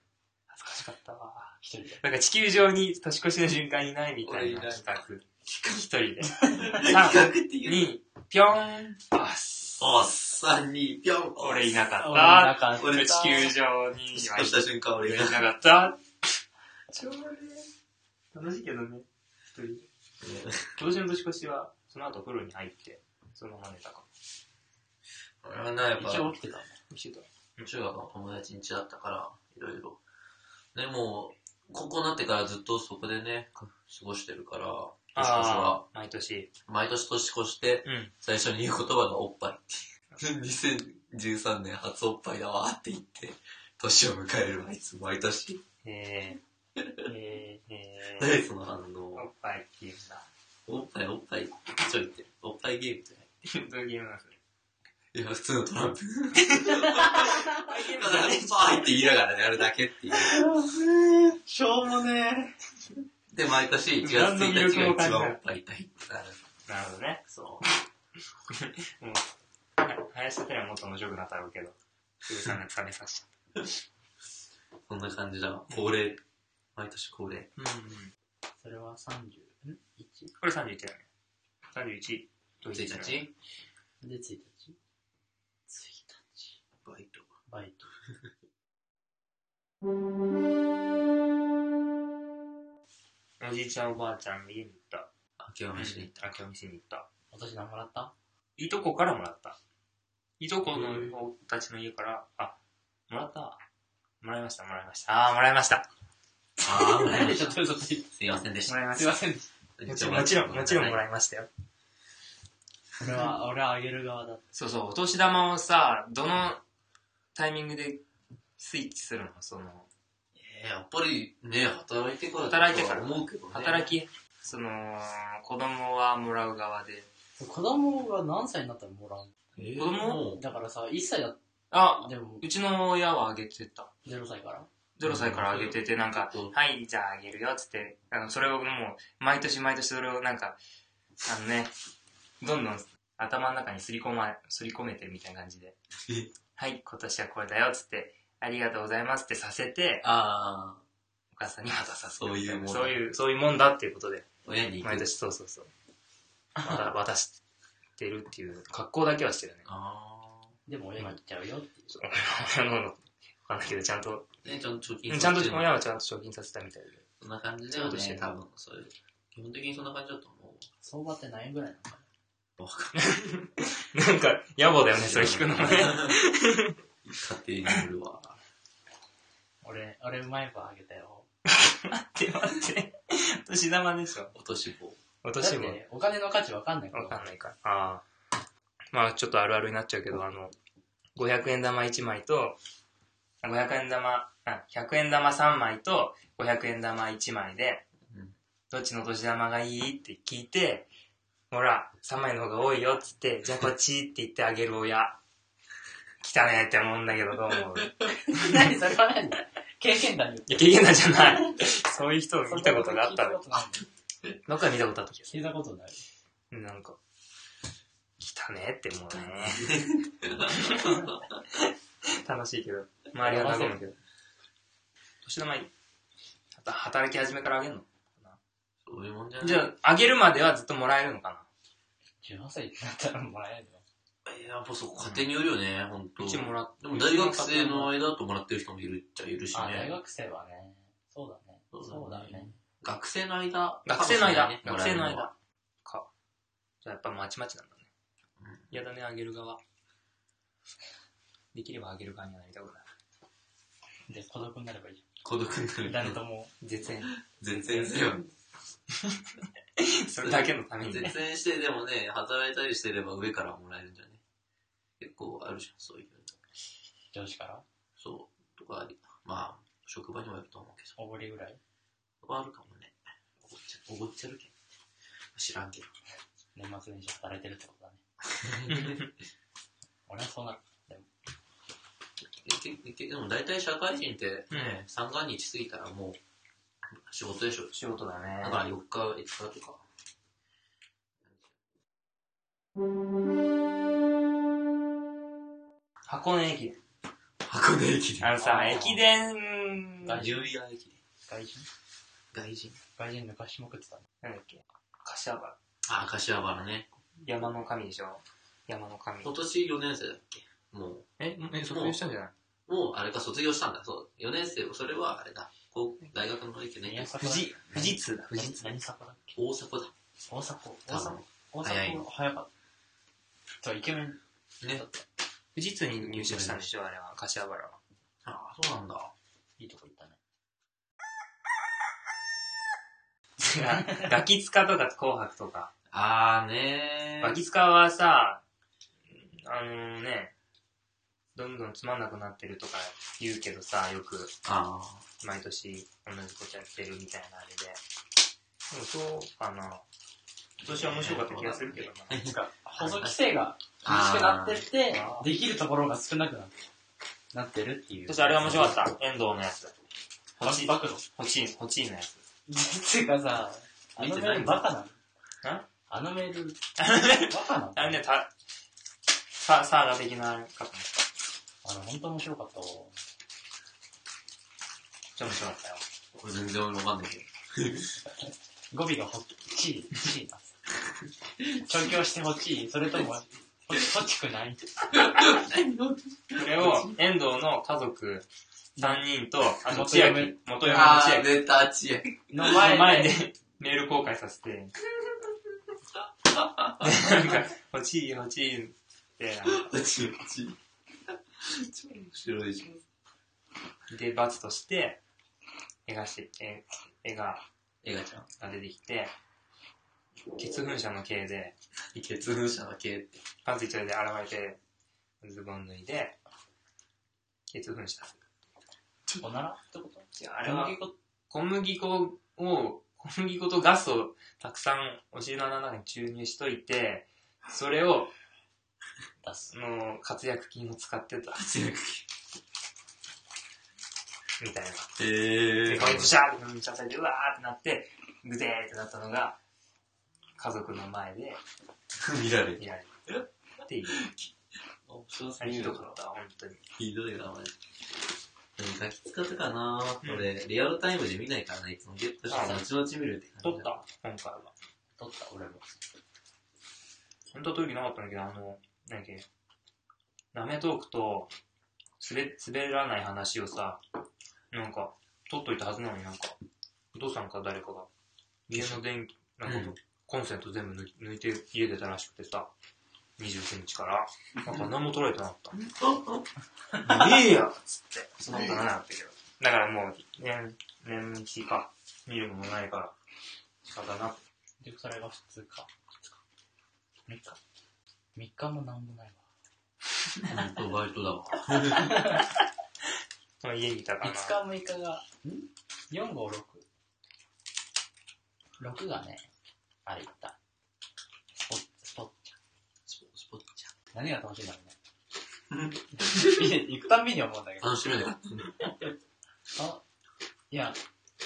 [SPEAKER 3] 恥ずかしかったわ。
[SPEAKER 2] 一人で。
[SPEAKER 3] なんか地球上に年越しの瞬間いないみたいな
[SPEAKER 4] 俺いない
[SPEAKER 3] 企 画。一人で。
[SPEAKER 4] 企画っ
[SPEAKER 3] 3、
[SPEAKER 4] ていう。
[SPEAKER 3] 2、ぴょーん、パス。
[SPEAKER 4] おっさんに、ぴょん。
[SPEAKER 3] 俺いなかっ
[SPEAKER 2] 俺
[SPEAKER 3] た。
[SPEAKER 2] なかった
[SPEAKER 3] 俺地球上に
[SPEAKER 4] 引っ
[SPEAKER 3] は
[SPEAKER 4] 越した瞬間俺
[SPEAKER 3] 俺
[SPEAKER 4] い
[SPEAKER 3] い
[SPEAKER 4] な
[SPEAKER 3] な
[SPEAKER 4] かった。
[SPEAKER 3] かった。超ね。楽しいけどね、一人。今年の年越しは、その後お風呂に入って、そのまま寝たかも。
[SPEAKER 4] 俺はな、やっぱ、
[SPEAKER 2] 一応起きてた。
[SPEAKER 3] 一緒だ
[SPEAKER 4] 中学の友達ん家だったから、いろいろ。でも、高校になってからずっとそこでね、過ごしてるから、年越しは、
[SPEAKER 3] あー、毎年。
[SPEAKER 4] 毎年年越して、
[SPEAKER 3] うん。
[SPEAKER 4] 最初に言う言葉がおっぱいって いう。2013年初おっぱいだわって言って、年を迎えるわ、いつも毎年。
[SPEAKER 3] え
[SPEAKER 2] えー、えー
[SPEAKER 4] 何その反
[SPEAKER 3] ー、
[SPEAKER 4] 応。
[SPEAKER 3] おっぱいっていうんだ。
[SPEAKER 4] おっぱいおっぱい、ちょいって、おっぱいゲームじゃな い。
[SPEAKER 3] どういうゲームなんですか
[SPEAKER 4] いや、普通のトランプ。
[SPEAKER 3] おっぱいゲー
[SPEAKER 4] ただ、おっぱいって言いながらね、あれだけっていう。
[SPEAKER 2] しょうもね
[SPEAKER 4] で、毎年1月
[SPEAKER 3] 何の魅
[SPEAKER 4] 1
[SPEAKER 3] 力
[SPEAKER 4] 日が
[SPEAKER 3] も感
[SPEAKER 4] 一
[SPEAKER 3] じない
[SPEAKER 4] 番おっぱい痛いってなる。
[SPEAKER 3] なるほどね。
[SPEAKER 4] そ
[SPEAKER 3] もう、は林立てりゃもっと面白くなったろうけど、すぐさめ冷めさせち
[SPEAKER 4] そんな感じだわ。恒例。毎年恒例。
[SPEAKER 3] ゃった。うん。
[SPEAKER 2] それは30、ん ?1?
[SPEAKER 3] これ31だよね。31と
[SPEAKER 4] 1
[SPEAKER 3] 1だね。
[SPEAKER 4] 日
[SPEAKER 2] で、1日 ?1 日。
[SPEAKER 4] バイト。
[SPEAKER 2] バイト。
[SPEAKER 3] おじいちゃんおばあちゃんの家に行った。
[SPEAKER 4] 明けおめしに行った。
[SPEAKER 3] た。明けお店に行った。
[SPEAKER 2] お年何もら った
[SPEAKER 3] いとこからもらった。いとこの子たちの家から、あ、もらった。もらいました、もらいました。あー、もらいました。
[SPEAKER 4] ああ、もらいま
[SPEAKER 2] で
[SPEAKER 4] し
[SPEAKER 2] ちょ
[SPEAKER 4] た
[SPEAKER 2] っと嘘つい
[SPEAKER 4] すいませんでし
[SPEAKER 3] もらい
[SPEAKER 4] た。
[SPEAKER 3] ま
[SPEAKER 2] た。す
[SPEAKER 3] し
[SPEAKER 2] い
[SPEAKER 3] た。
[SPEAKER 2] ませんでし
[SPEAKER 3] もちろん、もちろん、もちろんもら
[SPEAKER 4] い
[SPEAKER 3] いましたよ。
[SPEAKER 2] た。俺 は、俺はあげる側だっ
[SPEAKER 3] そうそう、お年玉をさ、どのタイミングでスイッチするのその、
[SPEAKER 4] えーやっぱりね、働いてから
[SPEAKER 3] 働いてから
[SPEAKER 4] とは思うけどね。
[SPEAKER 3] 働き、その、子供はもらう側で。
[SPEAKER 2] た。子供が何歳になったらもらう
[SPEAKER 4] えー
[SPEAKER 3] 子供
[SPEAKER 4] も
[SPEAKER 2] だからさ、1歳だっ
[SPEAKER 3] あ、
[SPEAKER 2] でも
[SPEAKER 3] うちの親はあげてた。
[SPEAKER 2] 0歳から
[SPEAKER 3] 0歳からあげてて、なんか
[SPEAKER 4] うん、
[SPEAKER 3] はい、じゃああげるよ、つって、あの、それをもう、毎年毎年それをなんか、あのね、どんどん頭の中にすり込ま、すり込めてるみたいな感じで
[SPEAKER 4] え、
[SPEAKER 3] はい、今年はこれだよ、つって、ありがとうございますってさせて、
[SPEAKER 4] ああ、
[SPEAKER 3] お母さんに渡させる
[SPEAKER 4] そういうもんだ
[SPEAKER 3] そういう、そういうもんだっていうことで、
[SPEAKER 4] 親に行
[SPEAKER 3] 毎
[SPEAKER 4] く。
[SPEAKER 3] 年そうそうそう。渡渡してるっていう、格好だけはしてるね。
[SPEAKER 4] ああ。
[SPEAKER 2] でも親が行っちゃうよっていう。
[SPEAKER 3] 親の、わかんないけど、ちゃんと、
[SPEAKER 4] ね、ちゃんと貯
[SPEAKER 3] う
[SPEAKER 4] 金
[SPEAKER 3] んちゃんと
[SPEAKER 4] そ
[SPEAKER 3] 親はちゃんと貯金させたみたいで。
[SPEAKER 4] んな感じだ
[SPEAKER 3] ちゃ
[SPEAKER 4] よ
[SPEAKER 3] んとして
[SPEAKER 4] ね。
[SPEAKER 3] た
[SPEAKER 4] 多分、そういう。基本的にそんな感じだと思
[SPEAKER 2] 相場って何円ぐらいなのか
[SPEAKER 4] う。わかんない。
[SPEAKER 3] なんか、野暮だよね、それ聞くのもね。
[SPEAKER 4] 家庭によるわ。
[SPEAKER 2] な俺、俺うまい棒あげたよ。
[SPEAKER 3] 待って待って。お 年玉でしょ。
[SPEAKER 4] 落とし棒。
[SPEAKER 3] お
[SPEAKER 2] だっ
[SPEAKER 3] 年
[SPEAKER 2] て
[SPEAKER 3] も。
[SPEAKER 2] ねお金の価値わかんないから。
[SPEAKER 3] わかんないから。ああ。まあちょっとあるあるになっちゃうけど、あの、500円玉1枚と、あ500円玉、あ、100円玉3枚と、500円玉1枚で
[SPEAKER 4] うん、
[SPEAKER 3] どっちのお年玉がいいって聞いて、ほら、3枚の方が多いよっつって、じゃあこっちって言ってあげる 親。来たねって思うんだけど、どう思う
[SPEAKER 2] 何それは何経験談に
[SPEAKER 3] いや、経験なんじゃない。 そういう人を見たことがあったの。
[SPEAKER 2] 聞
[SPEAKER 3] どっかで見たことあった気がする
[SPEAKER 2] いたことない。
[SPEAKER 3] なんか、来たねってもうね。楽しいけど、周りは和むけど。年玉いいあと働き始めからあげるの
[SPEAKER 4] そういうもんじゃない
[SPEAKER 3] じゃあ、あげるまではずっともらえるのか
[SPEAKER 2] 18歳になったらもらえるの
[SPEAKER 4] えーやっぱそこ家庭によるよね、ほんと。
[SPEAKER 3] なうちもらっ
[SPEAKER 4] でも大学生の間だともらってる人もいるっちゃいるし
[SPEAKER 2] あ、大
[SPEAKER 4] ね。
[SPEAKER 2] 学生はね。そうだね。
[SPEAKER 4] そ
[SPEAKER 2] そうう
[SPEAKER 4] だね
[SPEAKER 2] だね。
[SPEAKER 4] 学生の間。
[SPEAKER 3] 学生の間。
[SPEAKER 4] かも
[SPEAKER 3] 学
[SPEAKER 4] しれ
[SPEAKER 3] 生
[SPEAKER 4] ない
[SPEAKER 3] の。
[SPEAKER 4] ねもらえるは
[SPEAKER 3] 間。か。じゃあやっぱまちまちなんだね
[SPEAKER 4] うん。
[SPEAKER 3] 嫌だね、あげる側。できればあげる側にはなりたくない。
[SPEAKER 2] で、孤独になればいいじ
[SPEAKER 4] 孤独にな
[SPEAKER 2] ゃん。誰
[SPEAKER 4] る。
[SPEAKER 2] とも。
[SPEAKER 3] 絶縁。
[SPEAKER 4] 絶縁せよ。
[SPEAKER 3] それだけのためにね。
[SPEAKER 4] 絶縁してでもね、働いたりしてれば上からもらえるんじゃね。結構あるじゃん、そういうの。
[SPEAKER 2] 上司から
[SPEAKER 4] そう。とかあり。まあ、職場にもよると思うけ
[SPEAKER 2] おごりぐらい
[SPEAKER 4] ど。あるかもね。おごっちゃ、おごっちゃるけん。知らんけど。
[SPEAKER 2] 年末年始働いてるってことだね。 俺はそうなる。
[SPEAKER 4] けけけでも大体社会人って、ね
[SPEAKER 3] う
[SPEAKER 4] 三が日過ぎたらもう、仕事でしょ。
[SPEAKER 3] 仕事だね
[SPEAKER 4] だから4日、5日とか。
[SPEAKER 3] 箱根駅伝。
[SPEAKER 4] 箱根駅
[SPEAKER 3] あ
[SPEAKER 4] 伝。
[SPEAKER 3] のさ、
[SPEAKER 2] あー
[SPEAKER 3] 駅伝、なん
[SPEAKER 4] ニューイヤー駅伝。
[SPEAKER 2] 外人
[SPEAKER 4] 外人。
[SPEAKER 2] 外人抜かしまくってたね。
[SPEAKER 3] だっけ柏原。
[SPEAKER 4] あ、柏原ね。
[SPEAKER 3] 山の神でしょ山の神。
[SPEAKER 4] 今年4年生だっけもう。
[SPEAKER 3] え、え、
[SPEAKER 4] 卒業した
[SPEAKER 3] んじゃない
[SPEAKER 4] もうあれか、卒業したんだ。そう。4年生、それはあれだ。こう大学の駅伝、
[SPEAKER 2] 宮
[SPEAKER 4] ね、
[SPEAKER 2] 坂
[SPEAKER 3] 富士、富士通だ、富士
[SPEAKER 2] 何
[SPEAKER 3] 通。
[SPEAKER 2] 何坂だっけ
[SPEAKER 4] 大阪だ。
[SPEAKER 2] 大阪。大
[SPEAKER 4] 多
[SPEAKER 2] 阪
[SPEAKER 4] 分。
[SPEAKER 2] 大
[SPEAKER 4] 早い
[SPEAKER 2] 阪早かった。そうイケメン。
[SPEAKER 4] ね。
[SPEAKER 3] 富士通に入社したんでしょあれは、柏原は。
[SPEAKER 4] ああ、そうなんだ。
[SPEAKER 2] いいとこ行ったね。
[SPEAKER 3] ガキツカとか紅白とか。
[SPEAKER 4] あーね
[SPEAKER 3] ガキツカはさ、あのね、どんどんつまんなくなってるとか言うけどさ、よく
[SPEAKER 4] あ
[SPEAKER 3] 毎年同じことやってるみたいなあれで。でもそうかな。今年は面白かった気がするけどな。
[SPEAKER 2] なん か、細規制が
[SPEAKER 4] あ
[SPEAKER 2] 厳しくなってっ
[SPEAKER 3] あー
[SPEAKER 2] て、できるところが少なくなってなってるっていう。
[SPEAKER 3] そしてあれが面白かった。遠藤のやつ。
[SPEAKER 2] バ
[SPEAKER 3] 欲しい、
[SPEAKER 2] バクの。
[SPEAKER 3] 欲しい、欲しいのやつ。
[SPEAKER 2] てかさ、あの面バカなの。
[SPEAKER 3] ん
[SPEAKER 2] ああのメール、バカなの
[SPEAKER 3] あ、ね、た、さ、サーガ的な方ね。
[SPEAKER 2] あの、本当面白かったわ。
[SPEAKER 3] ちょっと面白かったよ。
[SPEAKER 4] これ全然わかんないけど。
[SPEAKER 2] 語尾がほっちい、ほっちいな。調教してほっちい、それとも、ほっほっちく ない
[SPEAKER 3] これを、遠藤の家族3人と、あの、
[SPEAKER 2] 元
[SPEAKER 3] 千
[SPEAKER 2] 嫁
[SPEAKER 3] 秋、元嫁の
[SPEAKER 4] あ
[SPEAKER 3] 千
[SPEAKER 4] ー、
[SPEAKER 3] 秋
[SPEAKER 4] 出た、ちえ。
[SPEAKER 2] の
[SPEAKER 3] の前
[SPEAKER 2] 前で、
[SPEAKER 3] でメール公開さ せて、でなんか、欲しい欲しいって、
[SPEAKER 4] ちえ、ちえ。超面白いじ
[SPEAKER 3] で、罰として、絵がし、絵絵が、
[SPEAKER 4] ゃん。映画ちゃん。
[SPEAKER 3] が出てきて、血噴射の刑で、
[SPEAKER 4] 血噴射の系って。
[SPEAKER 3] パンツ一丁で現れて、ズボン脱いで、血噴射。
[SPEAKER 2] おならってこと
[SPEAKER 3] あ
[SPEAKER 2] あ
[SPEAKER 3] れ
[SPEAKER 2] れ
[SPEAKER 3] は
[SPEAKER 2] は、
[SPEAKER 3] 小麦粉を、小麦粉とガスをたくさんお尻の穴の中に注入しといて、それを、
[SPEAKER 2] 出す。
[SPEAKER 3] その、活躍菌を使ってた、みたいな。
[SPEAKER 4] え
[SPEAKER 3] で、これブシャーって飲みちゃったで、うわーってなって、グデーってなったのが、家族の前で
[SPEAKER 4] 見られ。
[SPEAKER 3] 見られた。っていう。
[SPEAKER 4] 面白す
[SPEAKER 3] あれひどかった、本当に。
[SPEAKER 4] ひどいな、マジで。何かき使ったかな俺、リアルタイムで見ないからね、いつもゲットして、
[SPEAKER 3] あ
[SPEAKER 4] 後々見るって
[SPEAKER 3] 撮
[SPEAKER 4] 感じ
[SPEAKER 3] っ
[SPEAKER 4] だ。
[SPEAKER 3] た今回は。
[SPEAKER 2] 取った、俺も。
[SPEAKER 3] 本当は取る気なかったんだけど、あの、なんだっけ、なめトークと、すべ、滑らない話をさ、なんか、取っといたはずなのになんか、お父さんか誰かが、家の電気、なんか、
[SPEAKER 4] うん
[SPEAKER 3] コンセント全部抜き抜いて家出たらしくてさ、29日から、なんか何も取られてなかった。 いいよつって、そんなことなかったけど。だからもう、年、年一か、見るものないから、仕方なく。
[SPEAKER 2] で、それが普通か。3日。3日もなんもないわ。
[SPEAKER 4] 本当バイトだわ。
[SPEAKER 3] その家にいたからな。
[SPEAKER 2] 5日、6日が、ん ?4、5、6。6がね、あれ行った。スポッ、スポッ、
[SPEAKER 4] スポスポッチ
[SPEAKER 2] 何が楽しいんだ ろうね。行くたんびに思うんだけ
[SPEAKER 4] ャ。
[SPEAKER 2] ど。
[SPEAKER 4] 楽しめない。
[SPEAKER 2] あいや、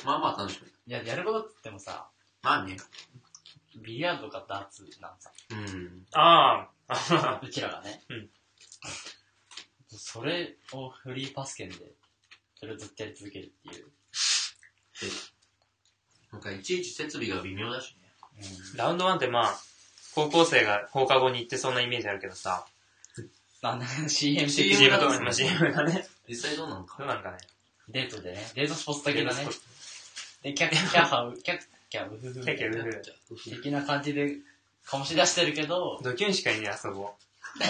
[SPEAKER 4] まあまあ楽しめない。
[SPEAKER 2] いや、やることっつってもさ、
[SPEAKER 4] まあね。
[SPEAKER 2] ビリヤードかダーツなんさ、
[SPEAKER 4] うん。
[SPEAKER 3] ああ、
[SPEAKER 2] うちらがね。
[SPEAKER 3] うん
[SPEAKER 2] それをフリーパス券で、それをずっとやり続けるっていう。
[SPEAKER 4] なんかいちいち設備が微妙だしね。
[SPEAKER 3] ラウンドワンってまあ、高校生が放課後に行ってそんなイメージあるけどさ、
[SPEAKER 2] あんな CM 的
[SPEAKER 4] CM
[SPEAKER 2] に
[SPEAKER 3] CM とかにも CM がね、
[SPEAKER 4] 実際どうなの
[SPEAKER 3] ど
[SPEAKER 4] か。
[SPEAKER 3] うなんかね。
[SPEAKER 2] デートでね、デートスポット的なね
[SPEAKER 3] デート。
[SPEAKER 2] で、キャッキャハウ、キャッキャウフフ
[SPEAKER 3] キャッキャウフフ
[SPEAKER 2] 的な感じで醸し出してるけど、
[SPEAKER 3] ドキュンしかいねえ、あそ こ。ド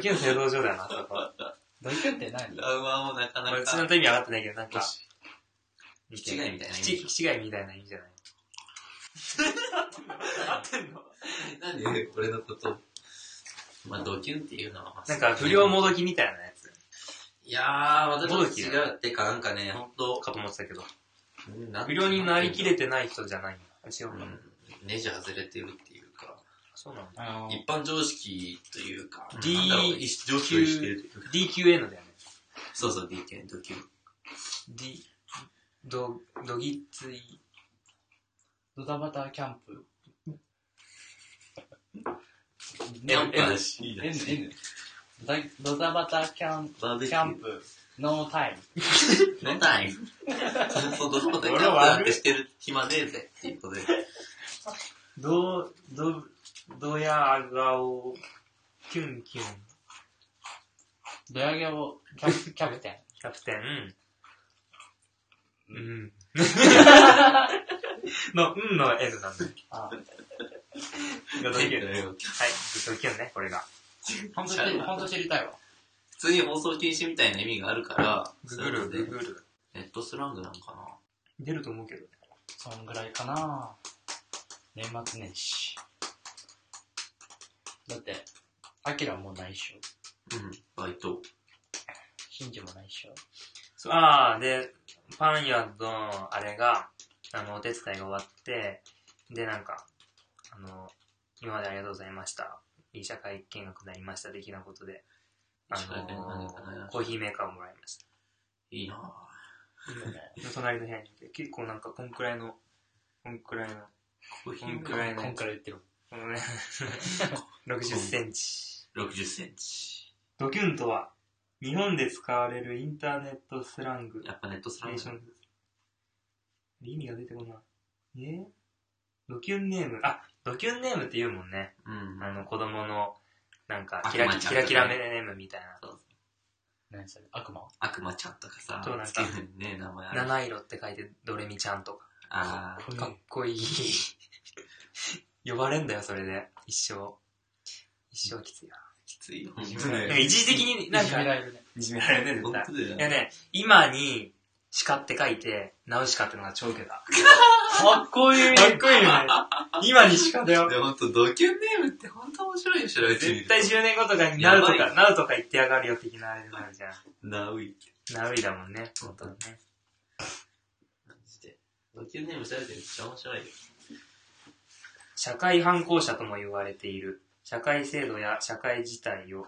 [SPEAKER 3] キュン製造所だよな、あそこ。
[SPEAKER 2] ドイツって何
[SPEAKER 4] ラウマもなかな
[SPEAKER 3] 俺、ちゃん
[SPEAKER 4] か。
[SPEAKER 3] と意味分かってないけど、なんか、
[SPEAKER 4] 気違いみたいな意味
[SPEAKER 3] 気違い気違いみたいな意味 じゃない。合ってんの
[SPEAKER 4] なんで俺のこと。まあドキュンっていうのはまあ。
[SPEAKER 3] なんか、不良もどきみたいなやつ
[SPEAKER 4] いやー、またちょっと違うってか、なんかね、ほんと、
[SPEAKER 3] かと思ってたけど、
[SPEAKER 4] なん
[SPEAKER 3] 不良になりきれてない人じゃないんだ。違う
[SPEAKER 4] うん
[SPEAKER 3] だ。
[SPEAKER 4] ネジ外れてるっていうか、
[SPEAKER 3] そうなんだ。
[SPEAKER 2] あの、
[SPEAKER 4] 一般常識というか、
[SPEAKER 3] D
[SPEAKER 4] なんだろう一常識を逸してるというか、
[SPEAKER 3] DQN だよね。
[SPEAKER 4] そうそう、D 系、ドキュン。
[SPEAKER 3] D、ど、どぎつい、
[SPEAKER 2] ドタバタキャンプ。
[SPEAKER 4] キャンプだ
[SPEAKER 2] N、
[SPEAKER 4] し、
[SPEAKER 2] N。ドタバタキャンプ、
[SPEAKER 4] バーベ
[SPEAKER 2] キ
[SPEAKER 4] キュ
[SPEAKER 2] ャン
[SPEAKER 4] ー。
[SPEAKER 2] プ、ノータイム。
[SPEAKER 4] なん だいそう、どこでキャンプ
[SPEAKER 3] 俺は
[SPEAKER 4] なんてしてる暇ねえぜ、っていうことで。
[SPEAKER 3] どう、どう、どやがお、キュンキュン、
[SPEAKER 2] ドヤ毛をキャ プキャプテン。
[SPEAKER 3] キャプテン、うん。 の、うんの N なん だよ。
[SPEAKER 2] あ
[SPEAKER 3] ドキュン。はい、
[SPEAKER 4] 普
[SPEAKER 3] ドキュンね、これが。
[SPEAKER 2] 本当に、本当知りたいわ。
[SPEAKER 4] 通に放送禁止みたいな意味があるから、
[SPEAKER 3] ググる、
[SPEAKER 4] そういう
[SPEAKER 3] グ
[SPEAKER 4] の
[SPEAKER 3] グ
[SPEAKER 4] で
[SPEAKER 3] る。
[SPEAKER 4] ネットスラングなのかな
[SPEAKER 3] 出ると思うけど。
[SPEAKER 2] そんぐらいかな年末年始。だって、アキラもないっしょ。
[SPEAKER 4] うん、バイト。
[SPEAKER 2] シンジもないっしょ。
[SPEAKER 3] そうああ、で、パン屋の、あれが、あの、お手伝いが終わって、で、なんか、あの、今までありがとうございました。いい社会見学になりました、的なことで。あ
[SPEAKER 4] いい社会見学 になりまし
[SPEAKER 3] の、
[SPEAKER 4] た
[SPEAKER 3] コーヒーメーカーをもらいました。
[SPEAKER 4] いいなぁ。
[SPEAKER 3] で隣の部屋にいて、結構なんかこんくらいの、こんくらいの、
[SPEAKER 4] コーヒ
[SPEAKER 3] こん
[SPEAKER 4] ー
[SPEAKER 3] くらいの
[SPEAKER 2] こん
[SPEAKER 3] や
[SPEAKER 2] く
[SPEAKER 3] つ、
[SPEAKER 2] らい言ってる。
[SPEAKER 3] このね、60センチ。
[SPEAKER 4] 60センチ。
[SPEAKER 3] ドキュンとは、日本で使われるインターネットスラング。
[SPEAKER 4] やっぱネットスラ
[SPEAKER 3] ネ
[SPEAKER 4] ン
[SPEAKER 3] ー
[SPEAKER 4] グ
[SPEAKER 3] ションズ意味が出てこない。えードキュンネーム。あ、ドキュンネームって言うもんね。
[SPEAKER 4] うん。
[SPEAKER 3] あの、子供の、なんか
[SPEAKER 4] あ、
[SPEAKER 3] キラ
[SPEAKER 4] まあ
[SPEAKER 3] キ
[SPEAKER 4] ちゃん
[SPEAKER 3] キ
[SPEAKER 4] と
[SPEAKER 3] ラ
[SPEAKER 4] ね
[SPEAKER 3] キラネームみたいな。
[SPEAKER 2] 何それ悪魔
[SPEAKER 4] 悪魔ちゃんとかさ、
[SPEAKER 3] そうなんか
[SPEAKER 4] つけるね、名前ある。
[SPEAKER 3] 七色って書いて、ドレミちゃんとか。
[SPEAKER 4] あー
[SPEAKER 3] かっこいい。呼ばれんだよ、それで。一生。一生きついな。
[SPEAKER 4] きついよ。
[SPEAKER 2] いじめら
[SPEAKER 3] でも一時的になん
[SPEAKER 2] いじ
[SPEAKER 3] か
[SPEAKER 2] め、られるね。
[SPEAKER 3] いじめられるね、絶
[SPEAKER 4] 本
[SPEAKER 3] 対。
[SPEAKER 4] 当だよ
[SPEAKER 3] いや
[SPEAKER 4] ね。
[SPEAKER 3] ね、今に、鹿って書いて、ナウシカってのが超ウケた。か
[SPEAKER 2] かっこいい
[SPEAKER 3] っこいいよね。今に鹿だよ。
[SPEAKER 4] で、ほんと、ドキュンネームってほんと面白いよ、調べてみる
[SPEAKER 3] 絶
[SPEAKER 4] と
[SPEAKER 3] 対10年後とかになると
[SPEAKER 4] やば
[SPEAKER 3] か、なるとか言ってやがるよ的なあれになるじゃん。
[SPEAKER 4] ナウイって
[SPEAKER 3] ナウイだもんね、本当にね。
[SPEAKER 4] 感じで。ドキュンネーム調べてみると超面白いよ。
[SPEAKER 3] 社会反抗者とも言われている。社会制度や社会自体を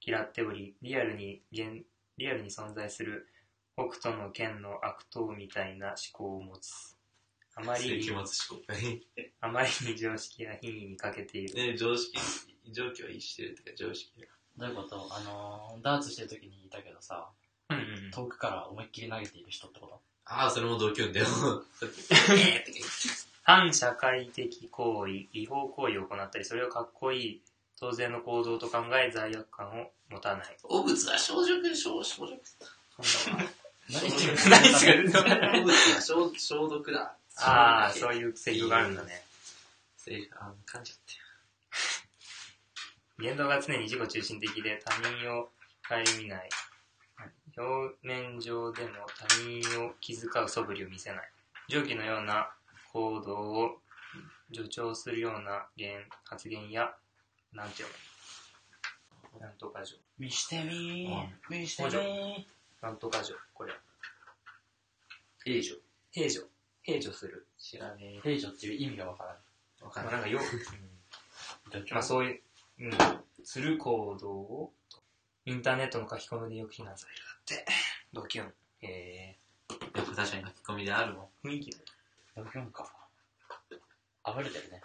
[SPEAKER 3] 嫌っており、リアルに現、リアルに存在する北斗の剣の悪党みたいな思考を持つ。あまり
[SPEAKER 4] 世
[SPEAKER 3] に、
[SPEAKER 4] 紀末思考会。
[SPEAKER 3] あまりに常識や品位に欠けている。
[SPEAKER 4] ね、常識、常軌は逸してるっていうか、常識が。
[SPEAKER 2] どういうことあのー、ダーツしてる時に言ったけどさ、
[SPEAKER 3] うんうん
[SPEAKER 2] 遠くから思いっきり投げている人ってこと
[SPEAKER 4] ああ、それもドキュ ンだよ。
[SPEAKER 3] 反社会的行為、違法行為を行ったり、それをかっこいい、当然の行動と考え罪悪感を持た ない。
[SPEAKER 4] お仏は少女、少女、少女。
[SPEAKER 2] 何してる
[SPEAKER 3] 何してる
[SPEAKER 4] お仏は消消毒だ。
[SPEAKER 3] ああ、そういうセリフがあるんだね。
[SPEAKER 4] セリフ、あの、噛んじゃって。
[SPEAKER 3] 言動が常に自己中心的で他人を顧みない。表面上でも他人を気遣う素振りを見せない。上記のような行動を助長するような言発言や、なんていうのなんとか条。
[SPEAKER 2] 見してみー。見して
[SPEAKER 3] 補助
[SPEAKER 2] み
[SPEAKER 3] なんとか条。これ。平常。平常。平常する。
[SPEAKER 4] 知らね
[SPEAKER 2] ー。平女っていう意味がわからない。
[SPEAKER 4] え。わか
[SPEAKER 3] ま
[SPEAKER 4] ん
[SPEAKER 3] あ
[SPEAKER 4] ない。
[SPEAKER 3] なんかよ、
[SPEAKER 2] 助長
[SPEAKER 3] まあそういう、うん、する行動を、インターネットの書き込みでよく非難されるだって。ドキュン。へえ
[SPEAKER 4] やっぱ確かに書き込みであるも
[SPEAKER 3] 雰囲気
[SPEAKER 2] ドキュンか。あれ てるね。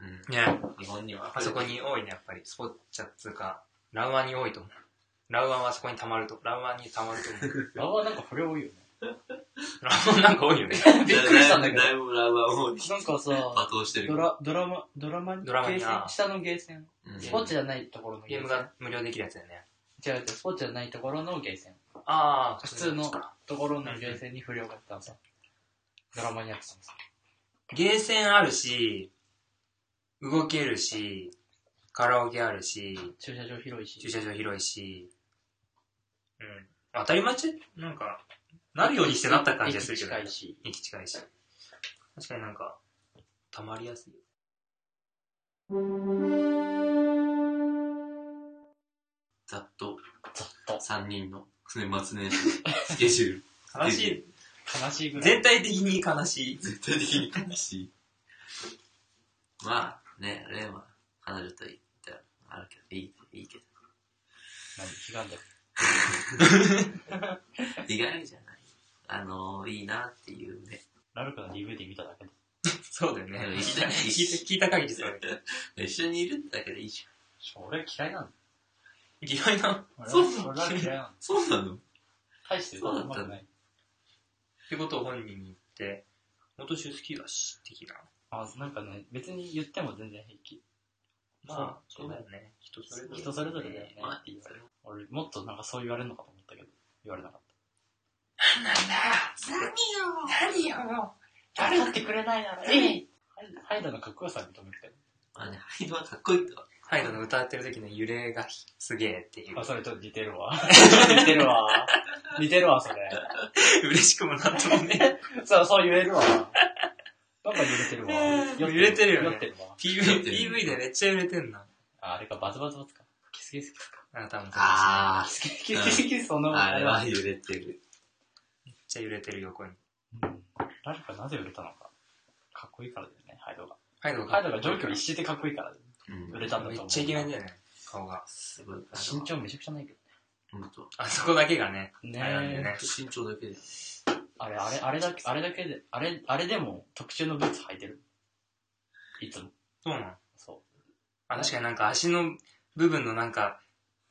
[SPEAKER 4] ん。うん。
[SPEAKER 3] ね
[SPEAKER 4] 日本には。
[SPEAKER 3] あそこに多いねやっぱりスポッチャっつうかラウアに多いと思うラウアはあそこに溜まるとラウアに溜まると思 う
[SPEAKER 2] ラはなんかそれ多いよね。
[SPEAKER 3] ラウアなんか多 いよね
[SPEAKER 2] びっくりしたんだけど
[SPEAKER 4] だいぶラバー
[SPEAKER 2] な
[SPEAKER 4] を
[SPEAKER 2] んかさ、
[SPEAKER 4] 罵倒してるけ
[SPEAKER 2] ド
[SPEAKER 4] ど。
[SPEAKER 2] ラ、ドラマ、ドラマに
[SPEAKER 3] ドラマに
[SPEAKER 2] ゲーセン
[SPEAKER 3] あー
[SPEAKER 2] 下のゲーセン。
[SPEAKER 4] うん
[SPEAKER 2] スポッチじゃないところの
[SPEAKER 3] ゲームが無料できるやつだよね
[SPEAKER 2] 違う違う、スポッチじゃないところのゲーセン。
[SPEAKER 3] ああ
[SPEAKER 2] 普通のところのゲーセンに不良がいたのさ。ドラマにあったのさ。
[SPEAKER 3] ゲーセンあるし動けるしカラオケあるし
[SPEAKER 2] 駐車場広いし。
[SPEAKER 3] 駐車場広いしうん当たり前っちゃなんかなるようにしてなった感じがするけど
[SPEAKER 2] 駅近いし。
[SPEAKER 3] 駅近いし確かになんか溜まりやすい
[SPEAKER 4] ざっと
[SPEAKER 2] ざっと。
[SPEAKER 4] 3人の年末年始のスケジュール。
[SPEAKER 3] 悲しい
[SPEAKER 2] 悲しいぐらい。
[SPEAKER 3] 全体的に悲しい
[SPEAKER 4] 絶対的に悲しい。まあ、ね、レイは離れたいってあるけど、いい、いいけど。
[SPEAKER 2] 何悲願だよ。
[SPEAKER 4] 意外じゃない。あのいいなっていうね。
[SPEAKER 2] ラルクの DVD 見ただけで。
[SPEAKER 3] そうだよね。
[SPEAKER 4] うん
[SPEAKER 3] 聞いた聞いた聞いた限りそうだよね。
[SPEAKER 4] 一緒にいるだけでいいじ
[SPEAKER 2] 俺嫌いなの。
[SPEAKER 3] 意外な。
[SPEAKER 2] 俺
[SPEAKER 4] そう
[SPEAKER 2] 俺ラルク嫌いなの
[SPEAKER 4] ゃん。。そうなの
[SPEAKER 2] 大して歌うまくない。
[SPEAKER 3] ってことを本人に言って、元州好きだし、的な。
[SPEAKER 2] あ、なんかね、別に言っても全然平気。
[SPEAKER 3] まあ、
[SPEAKER 2] そ
[SPEAKER 3] そううだよね。人それぞれ。
[SPEAKER 2] 人それぞれだよね
[SPEAKER 4] まあ
[SPEAKER 2] って言われる。俺、もっとなんかそう言われるのかと思ったけど、言われなかっ
[SPEAKER 3] 何よ何よ
[SPEAKER 2] た。分かってくれないなら、えいハイドのかっこよさ認めて。
[SPEAKER 4] まあね、ハイドはかっこいいとは。
[SPEAKER 3] ハイドの歌ってる時の揺れがひすげえっていう
[SPEAKER 2] あ、。それちょっと似てるわ。似てるわ。似てるわ、それ。
[SPEAKER 3] 嬉しくもなんとも ね。
[SPEAKER 2] そう、そう言えるわ。なんか揺れてるわ。
[SPEAKER 3] 揺れてるよね
[SPEAKER 2] 酔ってるわ。
[SPEAKER 3] PV、PV でめっちゃ揺れてんな。
[SPEAKER 2] あ、あれか、バズバズバズか。キスキスキスか。
[SPEAKER 3] あ、多分
[SPEAKER 4] あ
[SPEAKER 2] キスキスキスキス、そんな
[SPEAKER 4] あ、
[SPEAKER 2] もん
[SPEAKER 4] あれは揺れてる。
[SPEAKER 3] めっちゃ揺れてる横に。
[SPEAKER 2] うん。ラルカなぜ売れたのか。かっこいいからだよね、ハイドが。
[SPEAKER 3] ハイドが。
[SPEAKER 2] ハイドが状況一周でかっこいいからだよね
[SPEAKER 4] うん
[SPEAKER 2] 売れたんだと
[SPEAKER 3] めっ
[SPEAKER 2] 思う。
[SPEAKER 3] ちゃイケメンだよね。顔が。
[SPEAKER 4] すごい。
[SPEAKER 2] 身長めちゃくちゃないけど
[SPEAKER 4] ほんと。
[SPEAKER 3] あそこだけがね。
[SPEAKER 2] ね。
[SPEAKER 3] あれなんだよ
[SPEAKER 2] ね
[SPEAKER 3] ね
[SPEAKER 4] 身長だけで。
[SPEAKER 2] あれ、あれ、あれだけ、あれだけで、あれ、あれでも特注のブーツ履いてるいつも。
[SPEAKER 3] そうなの
[SPEAKER 2] そ
[SPEAKER 3] あ、確かになんか足の部分のなんか、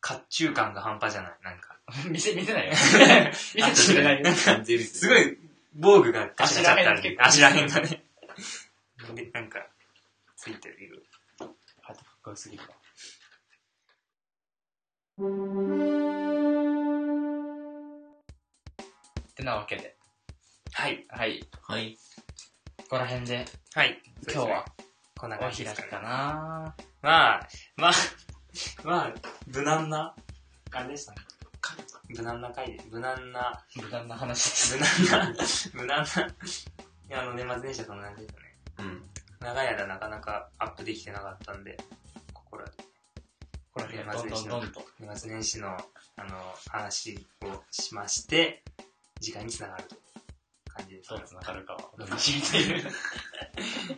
[SPEAKER 3] 甲冑感が半端じゃないなんか。
[SPEAKER 2] う。見せ、見せないよ。見せてくれないよ。
[SPEAKER 4] 感じる
[SPEAKER 3] すごい、防具がガシャガシャってあるね
[SPEAKER 2] 足
[SPEAKER 3] 足
[SPEAKER 2] ら
[SPEAKER 3] ら
[SPEAKER 2] へ
[SPEAKER 3] へ
[SPEAKER 2] ん
[SPEAKER 3] ん
[SPEAKER 2] が
[SPEAKER 3] がね。で、なんか、ついてるよ。
[SPEAKER 2] あとかっこよすぎるわ。ってなわけで、
[SPEAKER 3] はい。
[SPEAKER 2] はい、
[SPEAKER 4] はい。
[SPEAKER 2] ここら辺で、
[SPEAKER 3] はい。
[SPEAKER 2] 今日は
[SPEAKER 3] こんな
[SPEAKER 2] お
[SPEAKER 3] 感
[SPEAKER 2] 開
[SPEAKER 3] じ
[SPEAKER 2] き
[SPEAKER 3] ですか
[SPEAKER 2] か
[SPEAKER 3] ね。
[SPEAKER 2] な
[SPEAKER 3] まあ、まあ、まあ、無難な、あれでしたね。無難な回で、無難な、
[SPEAKER 2] 無難な話です。
[SPEAKER 3] 無難な、無難な、あの、年末年始はそんな感じでしたね。
[SPEAKER 4] うん。
[SPEAKER 3] 長い間なかなかアップできてなかったんで、ここらで
[SPEAKER 2] これでどんどんどんと。
[SPEAKER 3] 年末年始のあの話をしまして、時間につながるという感じです
[SPEAKER 2] ど
[SPEAKER 3] ね
[SPEAKER 2] うつながるかはお楽しみという。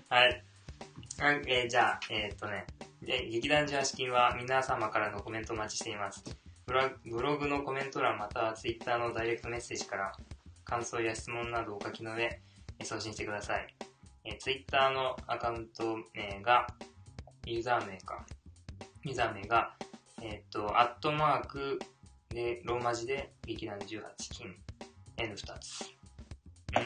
[SPEAKER 3] はい。はいえーじゃあ、えーっとね、で劇団ジャーシキンは皆様からのコメントをお待ちしています。ブロブログのコメント欄またはツイッターのダイレクトメッセージから感想や質問などをお書きの上、えー送信してください。えー、ツイッターのアカウント名が、ユーザー名か。ユーザー名が、えーっと、アットマークで、ローマ字で劇団18金、N2 つ。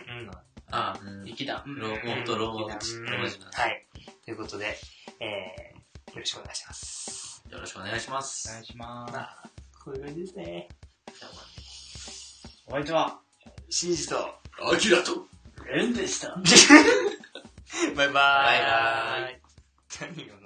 [SPEAKER 3] うん、うんの
[SPEAKER 4] あ、うん。
[SPEAKER 2] 劇団。
[SPEAKER 4] ロボットロボットロボット
[SPEAKER 3] はい。ということで、えー、よろしくお願いします。
[SPEAKER 4] よろしくお願いしま
[SPEAKER 2] お願
[SPEAKER 4] す。
[SPEAKER 2] いしま。
[SPEAKER 3] ますあ、こういう感じですね。
[SPEAKER 2] お相手は、
[SPEAKER 3] 真実 と、
[SPEAKER 4] アキラと
[SPEAKER 2] エンでした。
[SPEAKER 3] バイバーイ。
[SPEAKER 4] バイバ
[SPEAKER 3] 何が